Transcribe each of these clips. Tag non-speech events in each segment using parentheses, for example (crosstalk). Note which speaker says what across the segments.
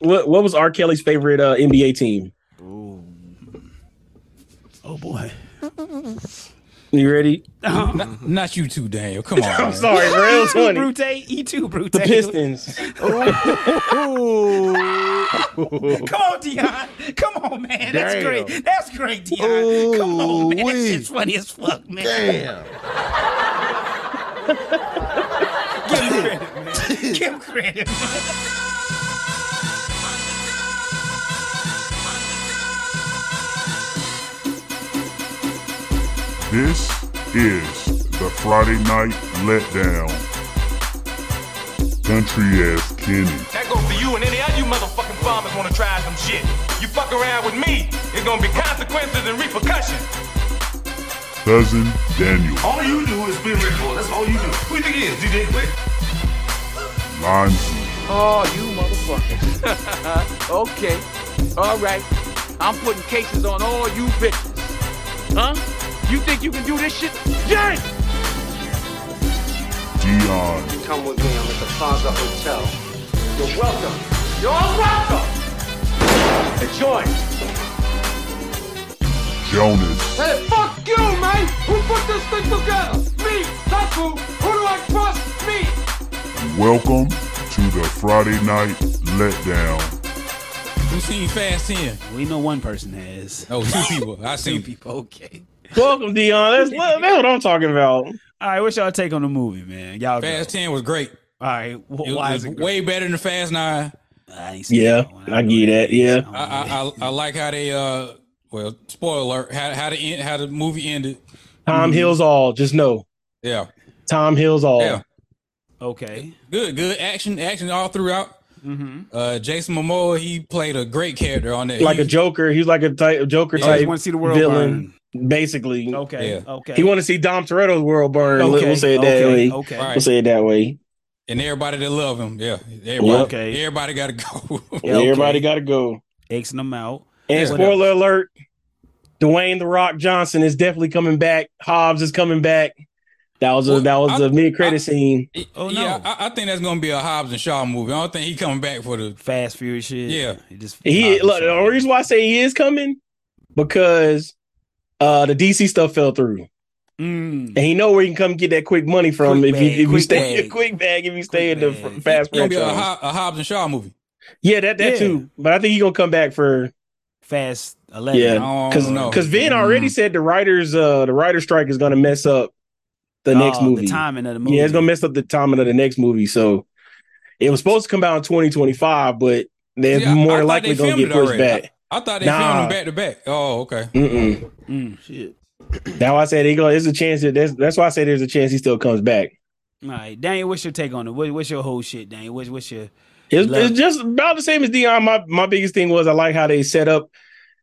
Speaker 1: What what was R. Kelly's favorite uh, NBA team?
Speaker 2: Ooh. Oh (laughs) boy.
Speaker 1: You ready?
Speaker 3: Not, not you too, Daniel. Come
Speaker 1: (laughs)
Speaker 3: on.
Speaker 1: I'm
Speaker 3: man.
Speaker 1: sorry, bro. It was
Speaker 2: E2
Speaker 1: funny.
Speaker 2: Brute, E2 Brute.
Speaker 1: The Pistons.
Speaker 2: Come on, Dion. Come on, man. That's
Speaker 4: Damn.
Speaker 2: great. That's great, Dion. Come on, man. That
Speaker 4: Ooh-wee.
Speaker 2: shit's funny as fuck, man.
Speaker 4: Damn.
Speaker 2: Give him credit, man. Give him credit.
Speaker 5: This is the Friday Night Letdown. Country ass Kenny.
Speaker 6: That goes for you and any other you motherfucking farmers wanna try some shit. You fuck around with me, it's gonna be consequences and repercussions.
Speaker 5: Cousin Daniel.
Speaker 6: All you do is be ritual. That's all you do. Who you think it is, DJ Quick?
Speaker 5: Lindsay.
Speaker 7: Oh, you motherfuckers. (laughs) okay. All right. I'm putting cases on all you bitches. Huh? You think you can do this shit? Yank!
Speaker 5: Dion.
Speaker 8: Come with me. I'm at the Plaza Hotel. You're welcome.
Speaker 6: You're welcome!
Speaker 8: Enjoy.
Speaker 5: Jonas.
Speaker 7: Hey, fuck you, man! Who put this thing together? Me! That's who! Who do I trust? Me!
Speaker 5: Welcome to the Friday Night Letdown.
Speaker 3: Who seen Fast 10?
Speaker 2: We know one person has. (laughs)
Speaker 3: Oh, two people. I seen people.
Speaker 2: Okay.
Speaker 1: Welcome, Dion. That's, that's what I'm talking about.
Speaker 2: All right, what's y'all take on the movie, man? Y'all go.
Speaker 3: Fast 10 was great.
Speaker 2: All right, wh-
Speaker 3: It
Speaker 2: why
Speaker 3: was
Speaker 2: is it
Speaker 3: way better than Fast 9.
Speaker 2: great? I ain't seen
Speaker 1: Yeah,
Speaker 2: that one.
Speaker 1: I get that. Yeah.
Speaker 3: I, I, I, I like how they, uh, well, spoiler alert, how, how, the end, how the movie ended.
Speaker 1: Tom Hill's all. Just know.
Speaker 3: Yeah.
Speaker 1: Tom Hill's all.
Speaker 3: Yeah.
Speaker 2: Okay.
Speaker 3: Good, good action, action all throughout.
Speaker 2: Mm-hmm.
Speaker 3: Uh, Jason Momoa, he played a great character on that.
Speaker 1: Like
Speaker 3: He-
Speaker 1: a Joker. He's like a type Joker
Speaker 3: Yeah.
Speaker 2: I
Speaker 1: type
Speaker 2: want to see the world
Speaker 1: villain, basically.
Speaker 2: burn. Okay.
Speaker 3: Yeah.
Speaker 2: Okay.
Speaker 1: He want to see Dom Toretto's world burn.
Speaker 2: Okay.
Speaker 1: We'll say it that
Speaker 2: okay.
Speaker 1: way.
Speaker 2: Okay.
Speaker 3: Right.
Speaker 1: We'll say it that way.
Speaker 3: and everybody that love him. Yeah, everybody,
Speaker 1: Yep.
Speaker 2: Okay.
Speaker 3: everybody got to go. (laughs)
Speaker 2: Yeah, okay.
Speaker 1: Everybody got to go.
Speaker 2: Xing them out.
Speaker 1: And
Speaker 3: Yeah.
Speaker 1: spoiler alert: Dwayne the Rock Johnson is definitely coming back. Hobbs is coming back. That was a
Speaker 3: Well,
Speaker 1: that was
Speaker 3: I-
Speaker 1: a mid credit
Speaker 3: I-
Speaker 1: scene.
Speaker 2: Oh,
Speaker 3: Yeah,
Speaker 2: no.
Speaker 3: I, I think that's gonna be a Hobbs and Shaw movie. I don't think he coming back for the.
Speaker 2: Fast Furious shit.
Speaker 3: Yeah.
Speaker 2: It just
Speaker 1: He
Speaker 2: Ah,
Speaker 1: look. The
Speaker 2: shit.
Speaker 1: only reason why I say he is coming because uh the DC stuff fell through,
Speaker 2: Mm.
Speaker 1: and he know where he can come get that quick money from
Speaker 2: Quick
Speaker 1: if you
Speaker 2: bag,
Speaker 1: if you
Speaker 2: quick
Speaker 1: stay (laughs)
Speaker 2: bag.
Speaker 1: quick bag if you stay in the
Speaker 2: bag.
Speaker 1: fr- fast
Speaker 3: It's gonna be a,
Speaker 1: franchise.
Speaker 3: Ho- a Hobbs and Shaw movie.
Speaker 1: Yeah, that that
Speaker 2: Yeah.
Speaker 1: too. But I think he gonna come back for
Speaker 2: Fast eleven.
Speaker 1: yeah,
Speaker 3: don't
Speaker 1: because
Speaker 3: know. Mm-hmm.
Speaker 1: because Vin already said the writers uh the writer strike is gonna mess up the next
Speaker 2: Oh,
Speaker 1: movie.
Speaker 2: The timing of the movie.
Speaker 1: Yeah, it's gonna mess up the timing of the next movie. So it was supposed to come out in 2025, but they're
Speaker 3: Yeah, I- I
Speaker 1: more
Speaker 3: thought
Speaker 1: than likely
Speaker 3: they
Speaker 1: gonna
Speaker 3: filmed
Speaker 1: get
Speaker 3: it
Speaker 1: pushed
Speaker 3: already.
Speaker 1: back.
Speaker 3: I thought they
Speaker 1: Nah.
Speaker 3: filmed them back to back. Oh, okay.
Speaker 1: Mm-mm.
Speaker 2: Mm.
Speaker 4: Shit.
Speaker 1: That's why I said they go. There's a chance that that's, that's why I say there's a chance he still comes back.
Speaker 2: All right, Daniel. What's your take on it? What, what's your whole shit, Daniel? What's what's your
Speaker 1: It's,
Speaker 2: Love.
Speaker 1: it's just about the same as Dion. My my biggest thing was I like how they set up.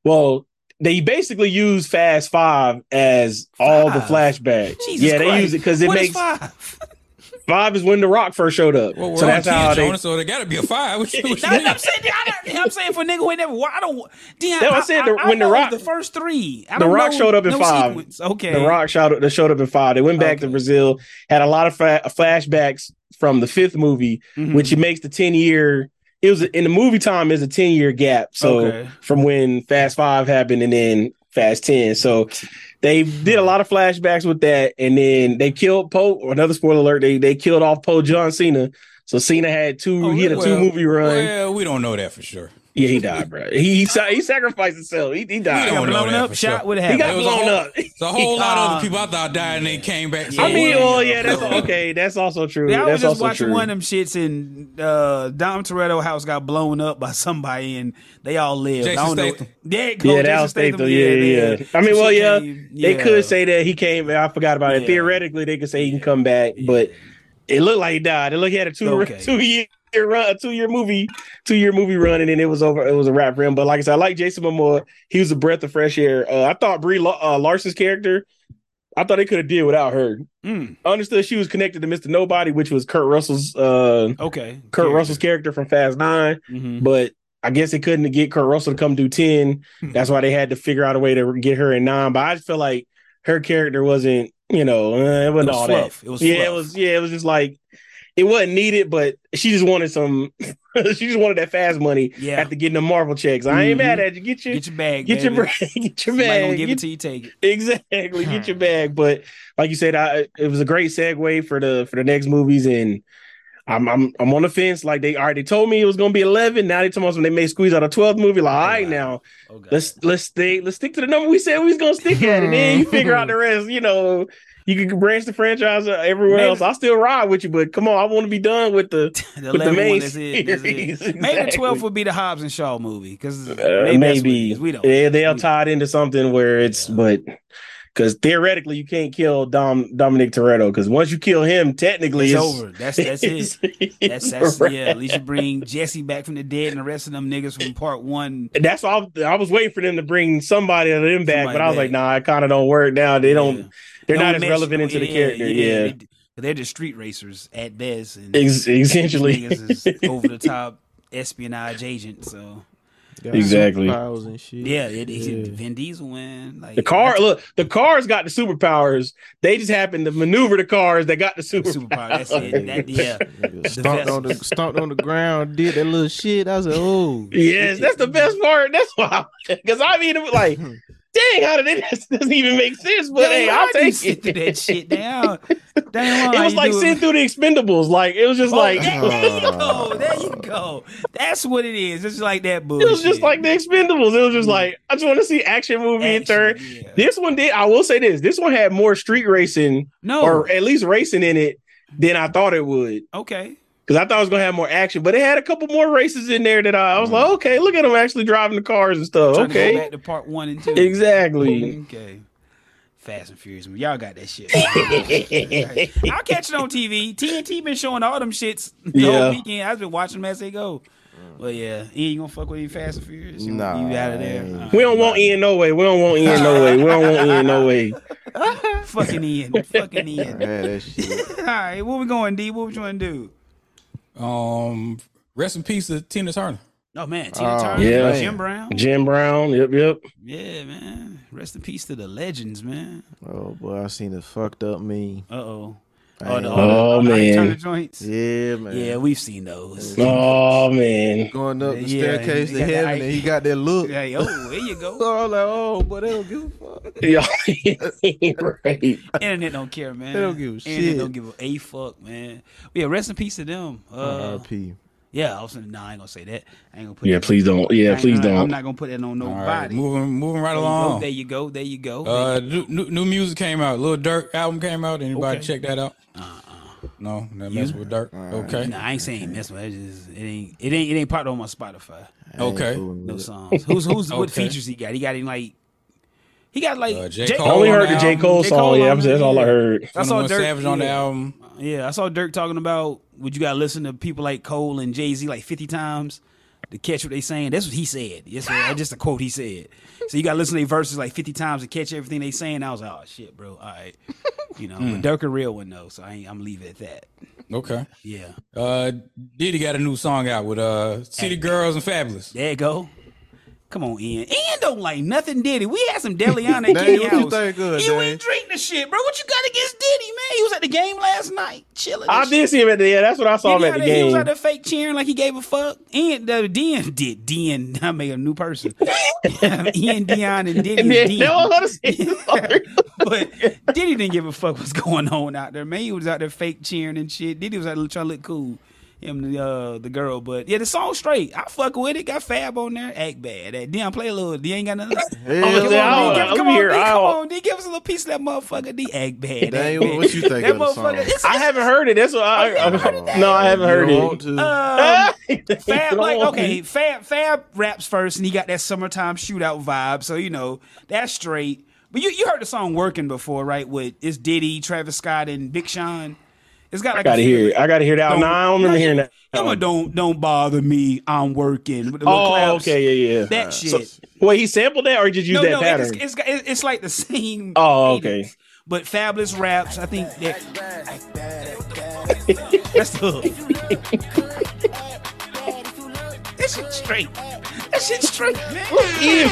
Speaker 1: Well, they basically use Fast Five as all the
Speaker 2: Five?
Speaker 1: flashbacks.
Speaker 2: Jesus
Speaker 1: yeah, they
Speaker 2: Christ.
Speaker 1: use it because it
Speaker 2: What is
Speaker 1: makes five?
Speaker 2: (laughs) five?
Speaker 1: is when The Rock first showed up.
Speaker 3: Well, we're
Speaker 1: so
Speaker 3: on
Speaker 1: that's how
Speaker 3: 10,
Speaker 1: they.
Speaker 3: Jonas, so there got to be a five. (laughs) What
Speaker 2: (laughs)
Speaker 3: you, what you
Speaker 2: That's what
Speaker 3: mean?
Speaker 2: I'm saying. I don't- I'm saying for nigga who ain't never. wa- I don't. Damn,
Speaker 1: That's what I
Speaker 2: I
Speaker 1: said,
Speaker 2: I-
Speaker 1: the-
Speaker 2: I
Speaker 1: when The
Speaker 2: know
Speaker 1: Rock-
Speaker 2: the first three. I
Speaker 1: The
Speaker 2: don't
Speaker 1: Rock
Speaker 2: know
Speaker 1: showed up in
Speaker 2: no
Speaker 1: five.
Speaker 2: sequence. Okay.
Speaker 1: The Rock showed, they showed up in five. They went back to
Speaker 2: Okay.
Speaker 1: Brazil, had a lot of fa- flashbacks from the fifth movie,
Speaker 2: Mhm.
Speaker 1: which it makes the 10 year. It was in the movie time is a 10 year gap. So
Speaker 2: Okay.
Speaker 1: from when Fast Five happened and then Fast 10. So they did a lot of flashbacks with that. And then they killed Poe, or another spoiler alert, they, they killed off Poe John Cena. So Cena had two,
Speaker 2: Oh,
Speaker 1: he had a
Speaker 2: really?
Speaker 1: two movie run.
Speaker 3: Well, we don't know that for sure.
Speaker 1: Yeah, he died, bro. He, he, sa- he sacrificed himself. He, he
Speaker 3: We
Speaker 1: died.
Speaker 3: don't
Speaker 2: got
Speaker 3: know
Speaker 2: blown
Speaker 3: that
Speaker 2: up.
Speaker 3: for
Speaker 2: Shot
Speaker 3: sure.
Speaker 2: would
Speaker 1: He
Speaker 2: have.
Speaker 1: got
Speaker 3: It was a
Speaker 1: blown
Speaker 3: whole-
Speaker 1: up. (laughs)
Speaker 3: It's a whole lot of
Speaker 2: Um,
Speaker 3: other people I thought died and they came back.
Speaker 1: I mean,
Speaker 2: Yeah.
Speaker 1: oh yeah, that's okay. That's also true.
Speaker 2: I was
Speaker 1: that's
Speaker 2: just
Speaker 1: also
Speaker 2: watching
Speaker 1: true.
Speaker 2: one of them shits, and uh, Dom Toretto house got blown up by somebody, and they all lived.
Speaker 3: Jason
Speaker 2: I don't
Speaker 3: Statham.
Speaker 2: know. Yeah, go
Speaker 1: yeah, that
Speaker 2: Jason
Speaker 1: was Statham.
Speaker 2: Statham,
Speaker 1: Yeah, yeah, yeah. I mean,
Speaker 2: Some
Speaker 1: well,
Speaker 2: shit
Speaker 1: yeah,
Speaker 2: came-
Speaker 1: they
Speaker 2: yeah.
Speaker 1: could say that he came. I forgot about it.
Speaker 2: Yeah.
Speaker 1: Theoretically, they could say he can come back, but it looked like he died. It looked like he had a two
Speaker 2: Okay.
Speaker 1: (laughs) two year run, a two year movie, two year movie run, and then it was over. It was a wrap for him. But like I said, I like Jason Momoa. He was a breath of fresh air. Uh, I thought Brie La- uh, Larson's character. I thought they could have did without her.
Speaker 2: Mm,
Speaker 1: I understood she was connected to Mr. Nobody, which was Kurt Russell's uh
Speaker 2: okay.
Speaker 1: Kurt Russell's character from Fast Nine
Speaker 2: Mhm.
Speaker 1: Mm-hmm. but I guess they couldn't get Kurt Russell to come do 10.
Speaker 2: Hmm.
Speaker 1: That's why they had to figure out a way to get her in nine. But I just feel like her character wasn't, you know, uh, it wasn't
Speaker 2: It was
Speaker 1: all
Speaker 2: fluff.
Speaker 1: that.
Speaker 2: It was
Speaker 1: yeah,
Speaker 2: fluff.
Speaker 1: it was yeah, it was just like it wasn't needed, but she just wanted some. (laughs) she just wanted that fast money
Speaker 2: Yeah.
Speaker 1: after getting the Marvel checks. I ain't
Speaker 2: Mhm.
Speaker 1: mad at you. Get your
Speaker 2: Get your bag.
Speaker 1: get your
Speaker 2: baby.
Speaker 1: bag. (laughs) Get your
Speaker 2: Somebody gonna
Speaker 1: bag.
Speaker 2: give
Speaker 1: Get
Speaker 2: it to you. Take it. (laughs)
Speaker 1: Exactly. Get your bag. But like you said, I it was a great segue for the for the next movies, and I'm I'm I'm on the fence. Like they already told me it was gonna be eleven. Now they told us when they may squeeze out a twelfth movie. Like, all right, now
Speaker 2: Oh, God.
Speaker 1: let's let's stay let's stick to the number we said we was gonna stick at, and then you figure
Speaker 2: (laughs)
Speaker 1: out the rest. You know, you can branch the franchise out everywhere
Speaker 2: Maybe-
Speaker 1: else. I'll still ride with you, but come on, I want to be done with the
Speaker 2: the
Speaker 1: with the
Speaker 2: 11th
Speaker 1: main
Speaker 2: one, that's it, that's
Speaker 1: series,
Speaker 2: it.
Speaker 1: (laughs)
Speaker 2: Maybe the
Speaker 1: exactly.
Speaker 2: 12th would be the Hobbs and Shaw movie because
Speaker 1: Uh,
Speaker 2: maybe, that's what it
Speaker 1: maybe
Speaker 2: is. we don't.
Speaker 1: Yeah, they
Speaker 2: we
Speaker 1: are
Speaker 2: don't.
Speaker 1: tied into something where it's but because theoretically you can't kill Dom Dominic Toretto because once you kill him, technically
Speaker 2: It's
Speaker 1: it's,
Speaker 2: over.
Speaker 1: (laughs)
Speaker 2: That's that's it.
Speaker 1: it's-
Speaker 2: That's
Speaker 1: (laughs) it's
Speaker 2: that's
Speaker 1: a
Speaker 2: yeah.
Speaker 1: wrap.
Speaker 2: At least you bring Jesse back from the dead and the rest of them niggas from part one.
Speaker 1: And That's all. I was waiting for them to bring somebody of them back,
Speaker 2: Somebody
Speaker 1: but I was
Speaker 2: back.
Speaker 1: like, nah, it kind of don't work now. They don't.
Speaker 2: Yeah.
Speaker 1: They're
Speaker 2: Don't
Speaker 1: not as
Speaker 2: mess-
Speaker 1: relevant into the
Speaker 2: yeah,
Speaker 1: character. Yeah,
Speaker 2: they- they're just street racers at best. And
Speaker 1: Ex- essentially. (laughs)
Speaker 2: niggas is over the top espionage agent. So
Speaker 1: Exactly.
Speaker 4: Superpowers and shit.
Speaker 2: yeah, it, it,
Speaker 4: Yeah.
Speaker 2: Vin Diesel win. Like
Speaker 1: The car, look, the cars got the superpowers. They just happened to maneuver the cars that got the
Speaker 2: that's
Speaker 1: superpowers.
Speaker 2: the superpower. That's it.
Speaker 1: (laughs)
Speaker 2: That, yeah,
Speaker 4: Nigga Stomped on the
Speaker 2: vessels.
Speaker 4: stomped on the ground, did that little shit. I was like,
Speaker 1: (laughs)
Speaker 4: oh,
Speaker 1: Yes, that's the best part. That's why, (laughs) because I'm even like, dang, how did it? (laughs) This doesn't even make sense. But
Speaker 2: Damn,
Speaker 1: hey,
Speaker 2: why
Speaker 1: I'll
Speaker 2: do you
Speaker 1: take
Speaker 2: sit
Speaker 1: it.
Speaker 2: through that shit now. Damn,
Speaker 1: (laughs) It
Speaker 2: how
Speaker 1: was
Speaker 2: you
Speaker 1: like
Speaker 2: do
Speaker 1: sitting through the Expendables. Like it was just like (laughs)
Speaker 2: (laughs) there
Speaker 1: it
Speaker 2: you go. There you go. That's what it is. It's like that bullshit.
Speaker 1: was just like the Expendables. It was just like I just want to see action movie and turn.
Speaker 2: Action, yeah.
Speaker 1: This one did. I will say this. This one had more street racing
Speaker 2: No.
Speaker 1: or at least racing in it than I thought it would.
Speaker 2: okay.
Speaker 1: Because I thought it was gonna have more action, but it had a couple more races in there that I, I was like, okay, look at them actually driving the cars and stuff.
Speaker 2: Trying To go
Speaker 1: Okay,
Speaker 2: back to part one and two.
Speaker 1: exactly.
Speaker 2: Okay. Fast and Furious. Y'all got that
Speaker 1: (laughs)
Speaker 2: shit. I'll catch it on TV. TNT been showing all them shits the
Speaker 1: Yeah.
Speaker 2: whole weekend. I've been watching them as they go. But yeah, Ian, you gonna fuck with any Fast and Furious? You,
Speaker 4: Nah,
Speaker 2: you out of there?
Speaker 4: I ain't.
Speaker 2: All right.
Speaker 1: We don't want Ian no way. We don't want Ian no way. We don't want Ian no way.
Speaker 2: Uh, fucking Ian.
Speaker 1: (laughs)
Speaker 2: fucking Ian.
Speaker 4: yeah, that
Speaker 2: (laughs)
Speaker 4: shit.
Speaker 2: All right, where we going, D? What we trying to do?
Speaker 3: Um, rest in peace to Tina Turner.
Speaker 2: Oh man, Tina
Speaker 4: Oh,
Speaker 2: Turner, uh,
Speaker 1: yeah.
Speaker 2: Jim Brown.
Speaker 1: Jim Brown. Yep, yep.
Speaker 2: Yeah, man. Rest in peace to the legends, man.
Speaker 4: Oh boy, I seen the fucked up me.
Speaker 2: Uh oh.
Speaker 4: Oh,
Speaker 2: the,
Speaker 1: Oh,
Speaker 2: the Ike
Speaker 1: man.
Speaker 2: Turner joints. Yeah,
Speaker 4: Yeah, man.
Speaker 2: we've seen those.
Speaker 1: Oh man.
Speaker 4: Going up the
Speaker 2: Yeah,
Speaker 4: staircase
Speaker 2: he
Speaker 4: to
Speaker 2: got the
Speaker 4: heaven, and he
Speaker 2: Ike.
Speaker 4: got that look.
Speaker 2: Hey, oh, there you
Speaker 4: (laughs)
Speaker 2: go.
Speaker 4: So I was like, oh, boy, they don't give a fuck.
Speaker 1: (laughs) Yeah, right.
Speaker 2: Internet don't care, man.
Speaker 4: They don't give a
Speaker 2: Internet
Speaker 4: shit.
Speaker 2: don't give a, a fuck, man. But yeah, rest in peace to them. Uh,
Speaker 4: R.I.P.
Speaker 2: yeah, I was gonna, nah, I ain't gonna say that. I ain't gonna put
Speaker 1: Yeah,
Speaker 2: that
Speaker 1: please don't. Yeah,
Speaker 2: I ain't
Speaker 1: please
Speaker 2: gonna- I'm
Speaker 1: don't.
Speaker 2: not gonna put that on
Speaker 3: All
Speaker 2: nobody.
Speaker 3: right, moving moving right
Speaker 2: there, you go,
Speaker 3: along.
Speaker 2: there you go. There you go.
Speaker 3: Uh, new, new- new music came out. Little Dirk album came out.
Speaker 2: Okay.
Speaker 3: Anybody
Speaker 2: Uh-uh.
Speaker 3: check that out? No, that mess with Dirk. Okay,
Speaker 2: Nah, I ain't saying mess with it. It's Just, it ain't it ain't it ain't part on my Spotify.
Speaker 3: okay.
Speaker 2: No songs. Who's who's what
Speaker 3: Okay.
Speaker 2: features he got? He got any like he got like
Speaker 3: Uh, J.
Speaker 2: J-
Speaker 1: I
Speaker 3: Cole.
Speaker 1: only
Speaker 3: on
Speaker 1: heard
Speaker 3: the
Speaker 1: the J
Speaker 3: album.
Speaker 1: Cole
Speaker 2: J. Cole
Speaker 1: song. Yeah,
Speaker 2: on
Speaker 1: I'm saying that's
Speaker 2: there,
Speaker 1: all I
Speaker 2: yeah.
Speaker 1: heard.
Speaker 2: I saw
Speaker 3: 21
Speaker 2: Dirk
Speaker 3: Savage on the
Speaker 2: yeah.
Speaker 3: album.
Speaker 2: Yeah, I saw Dirk talking about would you gotta listen to people like Cole and Jay Z like fifty times to catch what they saying. That's what he said. That's, what, that's just a quote he said. So you gotta listen to their verses like fifty times to catch everything they saying. I was like, oh shit, bro. All right, you know,
Speaker 4: Hmm.
Speaker 2: but Dirk a real one though, so I ain't, I'm leaving it at that.
Speaker 3: Okay.
Speaker 2: Yeah,
Speaker 3: Uh, Diddy got a new song out with uh City Girls and Fabulous.
Speaker 2: there you go. Come on, Ian. Ian don't like nothing, did he? We had some Deliana
Speaker 4: (laughs)
Speaker 2: at
Speaker 4: Dang,
Speaker 2: Kenny
Speaker 4: what you
Speaker 2: House.
Speaker 4: think of,
Speaker 2: he
Speaker 4: Dang?
Speaker 2: went drink the shit, bro. What you got against Diddy, man? He was at the game last night, chilling.
Speaker 1: I
Speaker 2: and
Speaker 1: did see him at the yeah. That's what I saw
Speaker 2: Did
Speaker 1: him
Speaker 2: he
Speaker 1: at the
Speaker 2: out there- He was out
Speaker 1: game. (laughs)
Speaker 2: there fake cheering like he gave a fuck. Ian, uh, Dion did. Dion, I made a new person.
Speaker 1: (laughs)
Speaker 2: (laughs) Ian, Dion, and Diddy.
Speaker 1: And
Speaker 2: is
Speaker 1: then
Speaker 2: Dion.
Speaker 1: they all had to say-
Speaker 2: (laughs) but Diddy didn't give a fuck what's going on out there, man. He was out there fake cheering and shit. Diddy was out there trying to look cool. Him, and the, uh, the girl, but yeah, the song's straight. I fuck with it. Got Fab on there. Act bad. That Dion play a little. Dion ain't
Speaker 1: (laughs)
Speaker 2: got nothing.
Speaker 4: Hell
Speaker 1: I'm
Speaker 2: Come
Speaker 1: saying,
Speaker 4: yeah.
Speaker 1: I
Speaker 2: on, D,
Speaker 1: don't-
Speaker 2: give, come
Speaker 1: I'm
Speaker 2: on,
Speaker 1: here.
Speaker 2: D,
Speaker 1: I
Speaker 2: come
Speaker 1: don't-
Speaker 2: on, D, give us a little piece of that motherfucker. D, act bad.
Speaker 4: Dang,
Speaker 2: act bad.
Speaker 4: what you think
Speaker 2: That
Speaker 4: of the song?
Speaker 2: motherfucker. It's,
Speaker 1: I haven't heard it. That's what I. I
Speaker 4: Oh.
Speaker 1: no, I haven't heard
Speaker 4: You don't want
Speaker 1: (laughs) it.
Speaker 4: to.
Speaker 2: um, Fab,
Speaker 1: Don't
Speaker 2: like,
Speaker 1: want
Speaker 2: okay,
Speaker 1: me.
Speaker 2: Fab, Fab raps first, and he got that summertime shootout vibe. So you know that's straight. But you, you heard the song "Working" before, right? With it's Diddy, Travis Scott, and Big Sean. It's got
Speaker 1: I
Speaker 2: like
Speaker 1: gotta
Speaker 2: a
Speaker 1: hear it. I gotta hear that. No, I don't remember hearing that.
Speaker 2: Come on, don't don't bother me. I'm working. With the little
Speaker 1: Oh,
Speaker 2: claps.
Speaker 1: okay, yeah, yeah.
Speaker 2: That shit.
Speaker 1: Wait, he sampled that or he just used
Speaker 2: no,
Speaker 1: that
Speaker 2: no,
Speaker 1: pattern?
Speaker 2: it's, it's, got- it's it's like the same.
Speaker 1: Oh,
Speaker 2: cadence.
Speaker 1: okay.
Speaker 2: But fabulous raps. I think that. (laughs) That's the hook. that shit straight. That shit straight, man.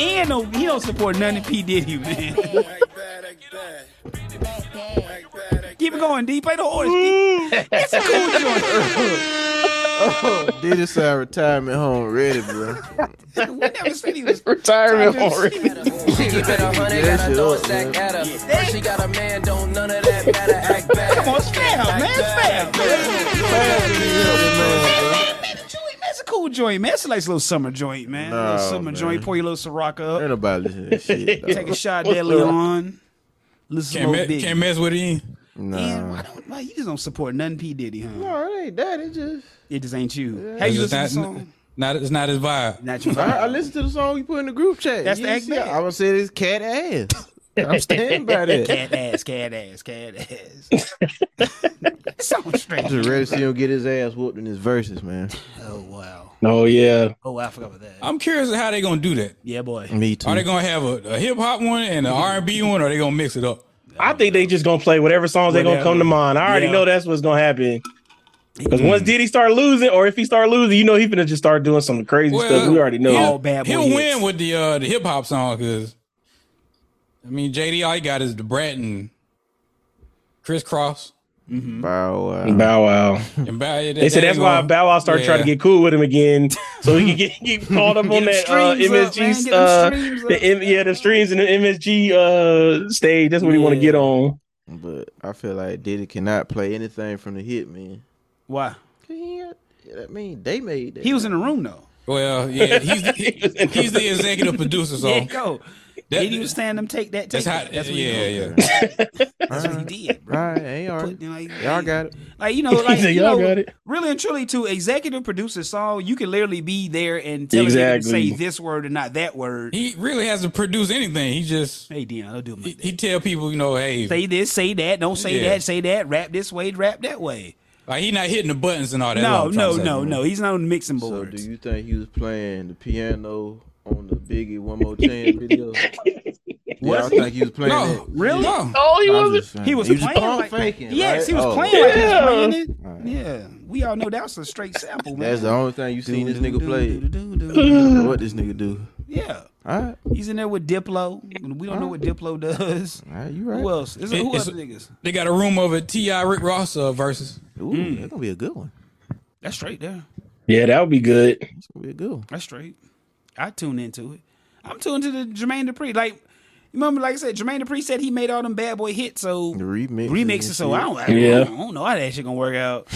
Speaker 2: and no, he don't support none of P Diddy, man. Give keep it going, D. Play the horse, D. It's a cool joint.
Speaker 4: Did this our retirement home
Speaker 1: (laughs)
Speaker 4: ready, bro?
Speaker 2: We never said he was
Speaker 1: Retirement
Speaker 2: Tired of
Speaker 1: already.
Speaker 9: Keep it a hundred,
Speaker 4: That
Speaker 9: gotta
Speaker 4: shit
Speaker 9: throw a
Speaker 4: up,
Speaker 9: sack
Speaker 4: man.
Speaker 9: at her. But she got a man, don't none of that matter. Act bad.
Speaker 2: Come on, spam, man, spam. That's a cool joint, man. It's a nice little summer joint, man. A little
Speaker 4: No,
Speaker 2: summer
Speaker 4: man.
Speaker 2: joint. Pour your little Ciroc
Speaker 4: Ain't
Speaker 2: up.
Speaker 4: nobody listening to that
Speaker 2: (laughs)
Speaker 4: shit. dog.
Speaker 2: Take a shot there,
Speaker 1: Ciroc?
Speaker 2: Leon. Listen
Speaker 3: Can't,
Speaker 2: to
Speaker 3: me-
Speaker 2: Big.
Speaker 3: can't mess with it. In.
Speaker 2: Man, why
Speaker 4: Nah.
Speaker 2: don't, why you just don't support none P Diddy, huh?
Speaker 4: No, it ain't that. It just
Speaker 2: It just ain't you. Have you listened
Speaker 3: It's
Speaker 2: to the
Speaker 3: just not-
Speaker 2: song?
Speaker 3: Not it's not his vibe.
Speaker 2: Not your
Speaker 4: (laughs) I, I
Speaker 2: vibe.
Speaker 4: listened to the song you put in the group chat.
Speaker 2: That's the
Speaker 4: You
Speaker 2: act
Speaker 4: see,
Speaker 2: bad.
Speaker 4: I was saying it's cat ass. I'm
Speaker 2: (laughs)
Speaker 4: standing by that.
Speaker 2: Cat ass, cat ass, cat
Speaker 4: (laughs)
Speaker 2: ass. Something
Speaker 4: I'm
Speaker 2: strange.
Speaker 4: just ready to see him get his ass whooped in his verses, man.
Speaker 2: Oh wow.
Speaker 1: (laughs) Oh yeah.
Speaker 2: Oh, I forgot about that.
Speaker 3: I'm curious how they gonna do that.
Speaker 2: Yeah, boy.
Speaker 4: Me too.
Speaker 3: Are they
Speaker 2: Mm.
Speaker 3: gonna have a, a hip hop one and an
Speaker 2: Mm-hmm.
Speaker 3: R and B one, or are they gonna mix it up?
Speaker 1: I think they just gonna play whatever songs they gonna
Speaker 2: Whatever.
Speaker 1: come to mind. I already
Speaker 2: Yeah.
Speaker 1: know that's what's gonna happen. Because
Speaker 2: Mm.
Speaker 1: once Diddy start losing, or if he start losing, you know he finna just start doing some crazy stuff. We already know.
Speaker 3: he'll-
Speaker 2: All bad boy
Speaker 3: He'll
Speaker 2: hits.
Speaker 3: win with the uh, the hip hop song because I mean JD all he got is the Bratton, crisscross.
Speaker 4: Bow Wow.
Speaker 1: Bow Wow.
Speaker 2: Hmm.
Speaker 3: And Bow, they,
Speaker 1: They said that's why Bow Wow started
Speaker 3: yeah.
Speaker 1: trying to get cool with him again, so he could get,
Speaker 2: (laughs)
Speaker 1: get caught up on
Speaker 2: Get them
Speaker 1: that uh,
Speaker 2: streams
Speaker 1: MSG.
Speaker 2: up, man. Get them
Speaker 1: uh,
Speaker 2: streams up.
Speaker 1: the M- yeah, the streams and the MSG uh, stage. That's what he want to
Speaker 2: Yeah.
Speaker 1: get on.
Speaker 4: But I feel like Diddy cannot play anything from the hit, man.
Speaker 2: Why?
Speaker 4: Yeah, I mean, they made that.
Speaker 2: He was in the room though.
Speaker 3: Well, yeah,
Speaker 2: (laughs)
Speaker 3: he's the, he- he's the executive producer, so
Speaker 2: yeah, go.
Speaker 3: that-
Speaker 2: Diddy was standing them take that. Take
Speaker 3: that's how.
Speaker 2: that. That's what
Speaker 3: yeah,
Speaker 2: he
Speaker 3: yeah.
Speaker 4: (laughs)
Speaker 2: did. That's what he did,
Speaker 4: All
Speaker 2: bro. (laughs)
Speaker 4: right, ain't all
Speaker 2: Put,
Speaker 4: right.
Speaker 2: you know, like,
Speaker 4: Y'all got it.
Speaker 2: Like
Speaker 1: (laughs)
Speaker 2: you know, like
Speaker 1: said,
Speaker 2: you
Speaker 1: "Y'all
Speaker 2: know,
Speaker 1: got it."
Speaker 2: really and truly, to executive producer song, you can literally be there and tell him to
Speaker 1: Exactly.
Speaker 2: say this word and not that word.
Speaker 3: He really hasn't produced anything. He just
Speaker 2: Hey, Dion, don't do me.
Speaker 3: he, he tell people, you know, hey,
Speaker 2: Say this, say that, don't say
Speaker 3: Yeah.
Speaker 2: that, say that, rap this way, rap that way.
Speaker 3: like he not hitting the buttons and all that.
Speaker 2: no,
Speaker 3: That's what I'm
Speaker 2: no,
Speaker 3: trying to
Speaker 2: no,
Speaker 3: say.
Speaker 2: no. He's not on the mixing
Speaker 4: So,
Speaker 2: (laughs)
Speaker 4: do
Speaker 2: boards.
Speaker 4: you think he was playing the piano on the Biggie One More Chance video?
Speaker 2: (laughs)
Speaker 4: Yeah, I think he was playing
Speaker 3: No,
Speaker 4: it.
Speaker 2: really?
Speaker 3: No.
Speaker 1: Oh,
Speaker 4: I was just saying.
Speaker 2: He was playing
Speaker 4: pump
Speaker 2: like-
Speaker 4: faking.
Speaker 2: yes,
Speaker 4: right?
Speaker 2: he was
Speaker 4: Oh,
Speaker 2: playing like he
Speaker 1: Yeah.
Speaker 2: was playing it.
Speaker 4: Alright.
Speaker 2: Yeah, we all know that was a straight sample, man.
Speaker 4: (laughs) That's the only thing you seen this nigga
Speaker 2: (laughs)
Speaker 4: play. What this nigga do?
Speaker 2: Yeah,
Speaker 4: All right,
Speaker 2: he's in there with Diplo. We don't know what Diplo does.
Speaker 4: all right, you right.
Speaker 2: Who else? Is it, who
Speaker 3: It's-
Speaker 2: else niggas?
Speaker 3: They got a room of a Ti Rick Ross uh, versus.
Speaker 4: Ooh,
Speaker 2: mm.
Speaker 4: that's gonna be a good one.
Speaker 2: That's straight there.
Speaker 1: yeah, that would be good.
Speaker 4: That's gonna be a good one.
Speaker 2: That's straight. I tune into it. I'm tuned to the Jermaine Dupri. Like, remember, like I said, Jermaine Dupri said he made all them bad boy hits, so
Speaker 4: The remix,
Speaker 2: remixes. So I don't, I, don't-
Speaker 1: Yeah.
Speaker 2: I don't know how that shit gonna work
Speaker 4: (laughs)
Speaker 2: out.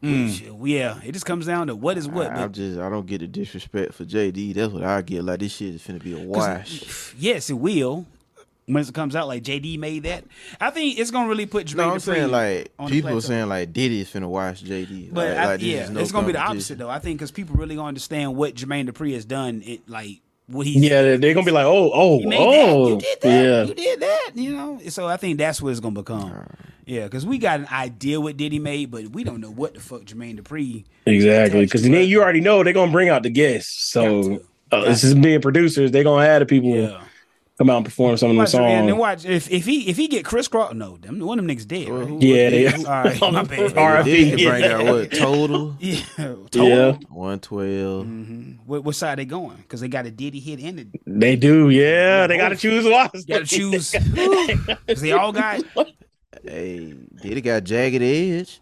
Speaker 2: Mm. Shit, Yeah, it just comes down to what is what.
Speaker 4: I'm
Speaker 2: But
Speaker 4: just I don't get the disrespect for JD. That's what I get. Like this shit is finna be a wash.
Speaker 2: yes, it will. When it comes out, like JD made that, I think it's gonna really put Jermaine
Speaker 4: No, I'm
Speaker 2: Dupri
Speaker 4: saying like
Speaker 2: on the
Speaker 4: people are
Speaker 2: plateau.
Speaker 4: saying like Diddy is finna wash JD.
Speaker 2: But
Speaker 4: like,
Speaker 2: I,
Speaker 4: like, this
Speaker 2: yeah,
Speaker 4: is no
Speaker 2: it's gonna be the
Speaker 4: competition.
Speaker 2: opposite though. I think because people really gonna understand what Jermaine Dupri has done. It like what he's
Speaker 1: Yeah, they're, they're gonna be like, oh, oh,
Speaker 2: You made that.
Speaker 1: oh,
Speaker 2: You did that.
Speaker 1: yeah.
Speaker 2: You did that. You know. So I think that's what it's gonna become. Yeah, because we got an idea what Diddy made, but we don't know what the fuck Jermaine Dupri.
Speaker 1: Exactly, because then you already know they're gonna bring out the guests. So uh, this is being producers. They're gonna have the people come out and perform some of them
Speaker 2: Watch, and then
Speaker 1: songs.
Speaker 2: watch if if he if he get Chris Cross. No, them one of them niggas dead.
Speaker 4: Well,
Speaker 2: Right?
Speaker 4: (laughs) who-
Speaker 1: Yeah, they
Speaker 2: All right, my bad.
Speaker 1: RIP.
Speaker 2: (laughs)
Speaker 4: Diddy bring out what total
Speaker 2: Yeah,
Speaker 1: Yeah,
Speaker 4: one twelve.
Speaker 2: Mm. What, what side they going? Because they got a Diddy hit and a
Speaker 1: they do. Yeah, they gotta choose wisely.
Speaker 2: got to choose. 'Cause they
Speaker 1: (laughs)
Speaker 2: all got.
Speaker 4: Hey, Diddy got jagged edge.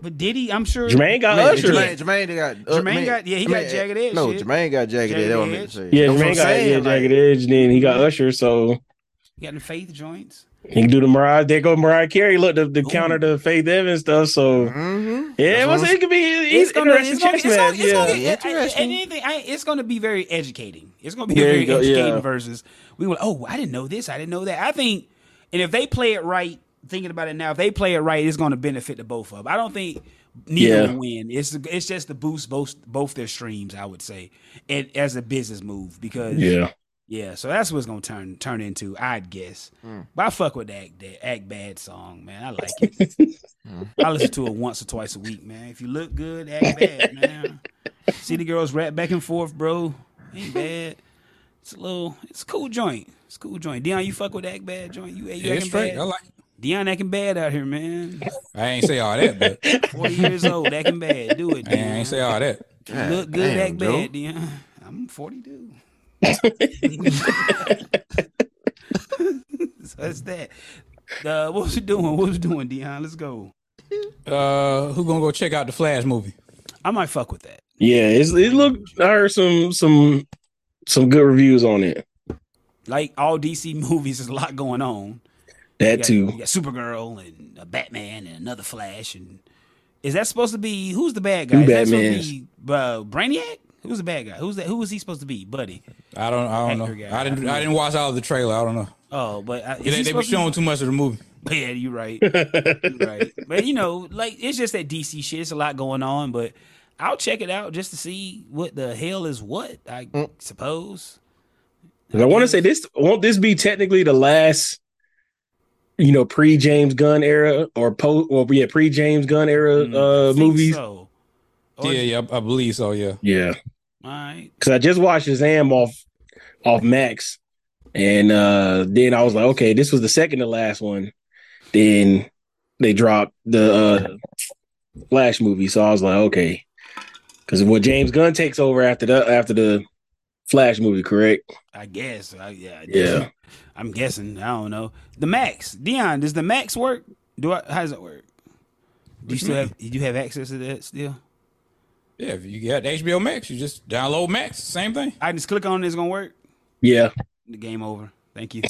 Speaker 2: But Diddy, I'm sure.
Speaker 1: Jermaine got
Speaker 4: Man,
Speaker 1: Usher.
Speaker 4: Jermaine, Jermaine, they got uh,
Speaker 2: Jermaine got- yeah, he got jagged edge
Speaker 4: No,
Speaker 2: shit.
Speaker 4: Jermaine got jagged edge. That what I'm
Speaker 2: Jagged
Speaker 4: saying.
Speaker 1: Yeah,
Speaker 4: That's what
Speaker 1: Jermaine
Speaker 4: I'm
Speaker 1: got
Speaker 4: saying,
Speaker 1: yeah,
Speaker 4: like,
Speaker 1: Jagged Edge, and then he got Usher, so
Speaker 2: got the faith joints.
Speaker 1: he can do the Mariah. There go Mariah Carey. Look, the, the counter to Faith Evans stuff. So
Speaker 2: Mm-hmm.
Speaker 1: yeah, it, was, it could be
Speaker 2: it's gonna
Speaker 1: interesting
Speaker 2: it's gonna,
Speaker 1: chess
Speaker 2: it's gonna,
Speaker 1: match.
Speaker 2: it's gonna,
Speaker 1: Yeah,
Speaker 2: be
Speaker 4: Interesting.
Speaker 2: and anything, I, it's gonna be very educating. It's gonna be
Speaker 1: There
Speaker 2: very
Speaker 1: you go,
Speaker 2: educating
Speaker 1: yeah.
Speaker 2: versus we were oh I didn't know this I didn't know that I think and if they play it right thinking about it now if they play it right it's gonna benefit the both of 'em. I don't think neither
Speaker 1: Yeah.
Speaker 2: will win it's it's just to boost both both their streams I would say and as a business move because
Speaker 1: yeah.
Speaker 2: yeah, so that's what it's gonna turn turn into, I'd guess.
Speaker 3: Hmm.
Speaker 2: But I fuck with that, that Act Bad song, man. I like it.
Speaker 3: Hmm.
Speaker 2: I listen to it once or twice a week, man. If you look good, act bad, man. See the girls rap back and forth, bro. Ain't bad. It's a little it's a cool joint. It's a cool joint. Dion, you fuck with that Act Bad joint. You, you
Speaker 3: Yeah, it's
Speaker 2: acting
Speaker 3: straight.
Speaker 2: bad.
Speaker 3: I like. it.
Speaker 2: Dion acting bad out here,
Speaker 3: (laughs)
Speaker 2: man.
Speaker 3: I ain't say all that, but (laughs) I
Speaker 2: 40 years old, acting bad. Do it, Dion.
Speaker 3: ain't say all that.
Speaker 4: God
Speaker 2: look good,
Speaker 4: damn,
Speaker 2: act
Speaker 4: Joe.
Speaker 2: bad, Dion. I'm
Speaker 1: (laughs)
Speaker 2: (laughs) 42. so that's that. Uh, what was you doing? What was you doing, Dion? Let's go.
Speaker 3: Uh, who gonna go check out the Flash movie?
Speaker 2: I might fuck with that.
Speaker 1: Yeah, it's, it looked. I heard some some some good reviews on it.
Speaker 2: Like all DC (laughs) movies, there's a lot going on.
Speaker 1: That
Speaker 2: You got, you
Speaker 1: too.
Speaker 2: got Supergirl and a Batman and another Flash. And is that supposed to be who's the bad guy?
Speaker 1: Two
Speaker 2: is that supposed
Speaker 1: Batmans.
Speaker 2: to be uh, Brainiac? Who's the bad guy? Who's that? Who is he supposed to be, buddy?
Speaker 3: I don't. I don't
Speaker 2: Actor
Speaker 3: know.
Speaker 2: guy.
Speaker 3: I didn't. I didn't watch all of the trailer. I don't know.
Speaker 2: Oh, but I, is he
Speaker 3: Yeah, they, they be
Speaker 2: supposed to be-
Speaker 3: showing too much of the movie.
Speaker 2: (laughs) Yeah, you're right. You're right. But you know, like it's just that DC shit. It's a lot going on, but I'll check it out just to see what the hell is what. I suppose.
Speaker 1: (laughs) Mm. 'Cause I want to say this. Won't this be technically the last? You know, pre James Gunn era or post or yeah, pre James Gunn era uh
Speaker 2: Mm, Think
Speaker 1: movies.
Speaker 2: So. Or-
Speaker 3: Yeah, yeah, I, I believe so. Yeah,
Speaker 1: Yeah,
Speaker 2: All right.
Speaker 1: because I just watched Shazam off off Max, and uh then I was like, okay, this was the second to last one. Then they dropped the uh Flash movie, so I was like, okay, because what James Gunn takes over after the after the Flash movie, correct?
Speaker 2: I guess. I, yeah. I
Speaker 1: Yeah.
Speaker 2: I'm guessing. I don't know. The Max, Dion. Does the Max work? Do I? How does it work? Do you still have? Do you have access to that still?
Speaker 3: yeah. If you got HBO Max, you just download Max. Same thing.
Speaker 2: I just click on it. It's gonna work.
Speaker 1: Yeah,
Speaker 2: The game over.
Speaker 1: (laughs)
Speaker 2: Thank you.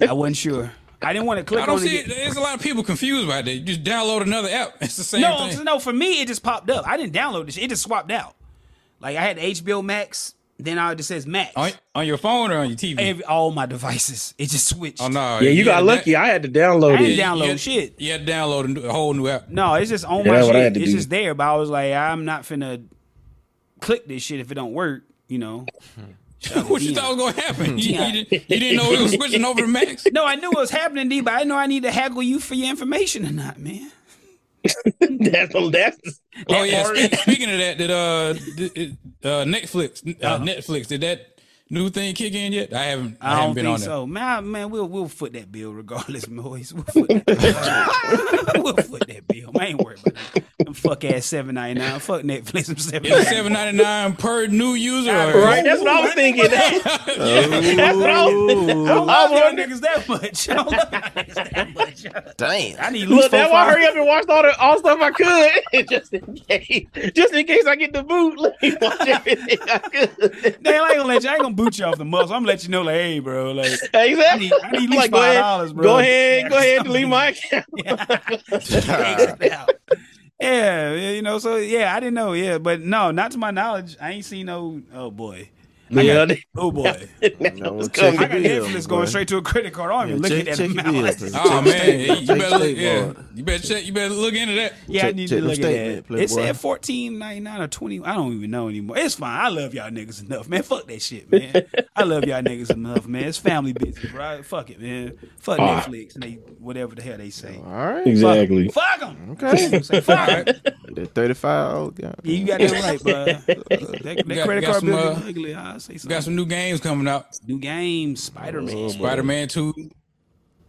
Speaker 2: I wasn't sure. I didn't want to click
Speaker 3: I don't
Speaker 2: on
Speaker 3: see.
Speaker 2: it.
Speaker 3: It. There's a lot of people confused by that. You just download another app. (laughs) It's the same
Speaker 2: No,
Speaker 3: thing.
Speaker 2: no. For me, it just popped up. I didn't download this. It just swapped out. Like I had HBO Max. Then I just says Max.
Speaker 3: On, on your phone or on your TV?
Speaker 2: Every, all my devices. It just switched.
Speaker 3: oh no.
Speaker 1: yeah, you got
Speaker 3: had
Speaker 1: lucky.
Speaker 3: that-
Speaker 1: I had to download
Speaker 2: I
Speaker 1: it.
Speaker 2: didn't download
Speaker 3: you had-
Speaker 2: shit.
Speaker 3: You had to download a, new- a whole new app.
Speaker 2: No, it's just on
Speaker 1: Yeah,
Speaker 2: my
Speaker 1: that's
Speaker 2: shit.
Speaker 1: what I had to
Speaker 2: It's
Speaker 1: do.
Speaker 2: just there, but I was like, I'm not finna click this shit if it don't work, you know.
Speaker 3: (laughs) what you
Speaker 2: Dion.
Speaker 3: thought was gonna happen? (laughs) You,
Speaker 2: Dion.
Speaker 3: you didn't, you didn't know it was switching over to Max.
Speaker 2: No, I knew it was happening, D, but I didn't know I need to haggle you for your information or not, man.
Speaker 1: (laughs) that's that's
Speaker 3: Oh yeah. Speaking, speaking of that, did uh, did, uh Netflix uh, Netflix did that new thing kick in yet? I haven't. I,
Speaker 2: I,
Speaker 3: haven't
Speaker 2: don't
Speaker 3: been
Speaker 2: think
Speaker 3: on
Speaker 2: so. Man, man, we'll we'll foot that bill regardless, (laughs) Moise. We'll foot that bill. we'll foot that bill. Man, I ain't worried about that. Them fuck ass seven ninety nine. Fuck Netflix. Them seven
Speaker 3: that.
Speaker 2: ninety
Speaker 3: Seven
Speaker 2: nine.
Speaker 3: ninety nine per new user. or- (laughs)
Speaker 1: right. That's what I was thinking. (laughs) that's what I was
Speaker 2: (laughs)
Speaker 1: thinking.
Speaker 2: I
Speaker 1: (laughs)
Speaker 2: don't
Speaker 1: I
Speaker 2: love y'all
Speaker 1: wondered-
Speaker 2: niggas that much. I don't love y'all niggas that much.
Speaker 9: Damn.
Speaker 2: I need at least
Speaker 1: Look,
Speaker 2: four,
Speaker 1: that's why I
Speaker 2: five-
Speaker 1: hurry up and watched all the all stuff I could, (laughs) just in case, just in case I get the boot. (laughs) Let me watch everything I could.
Speaker 2: Damn, I ain't gonna let you. I ain't gonna boot you off the muscle. I'm gonna let you know, like, hey, bro, like,
Speaker 1: Exactly.
Speaker 2: I need at least
Speaker 1: Like, go
Speaker 2: five
Speaker 1: ahead,
Speaker 2: dollars, bro.
Speaker 1: Go ahead, go ahead,
Speaker 2: (laughs)
Speaker 1: delete my account.
Speaker 2: yeah, yeah, you know. So yeah, I didn't know. Yeah, but no, not to my knowledge, I ain't seen no. Oh boy,
Speaker 1: (laughs) Yeah, that
Speaker 2: oh boy.
Speaker 4: Now
Speaker 1: was
Speaker 4: I'm gonna
Speaker 1: coming.
Speaker 2: I
Speaker 4: check
Speaker 2: got
Speaker 4: your bill,
Speaker 2: Netflix
Speaker 4: boy.
Speaker 2: going straight to a credit card. I
Speaker 4: Yeah,
Speaker 2: don't even
Speaker 4: check,
Speaker 2: look at that
Speaker 4: check your bill,
Speaker 2: amount.
Speaker 4: please.
Speaker 3: Oh
Speaker 4: Check the
Speaker 3: man, you
Speaker 4: statement. Check
Speaker 3: better look,
Speaker 4: the
Speaker 3: yeah.
Speaker 4: statement.
Speaker 3: You better check. You better look into that.
Speaker 2: Yeah, I
Speaker 4: Check-
Speaker 2: need
Speaker 4: check
Speaker 2: to
Speaker 4: the
Speaker 2: look at
Speaker 4: statement,
Speaker 2: that. It
Speaker 4: Playboy.
Speaker 2: said fourteen ninety nine or twenty. I don't even know anymore. It's fine. I love y'all niggas enough, man. Fuck that shit, man. I love y'all niggas enough, man. It's family business, bro. Fuck it, man. Fuck
Speaker 1: Ah.
Speaker 2: Netflix and they whatever the hell they say.
Speaker 4: All right.
Speaker 1: Exactly.
Speaker 2: Fuck them.
Speaker 4: Okay.
Speaker 2: Fuck
Speaker 4: (laughs)
Speaker 2: 'em.
Speaker 4: The 35. Oh, God.
Speaker 2: Yeah, you got that right, bro. that that
Speaker 3: got-
Speaker 2: credit
Speaker 3: got
Speaker 2: card
Speaker 3: some,
Speaker 2: bill
Speaker 3: uh,
Speaker 2: is ugly. I say
Speaker 3: We
Speaker 2: so.
Speaker 3: got some new games coming out.
Speaker 2: new game, Spider
Speaker 4: Oh,
Speaker 2: Man.
Speaker 3: Spider Man Two.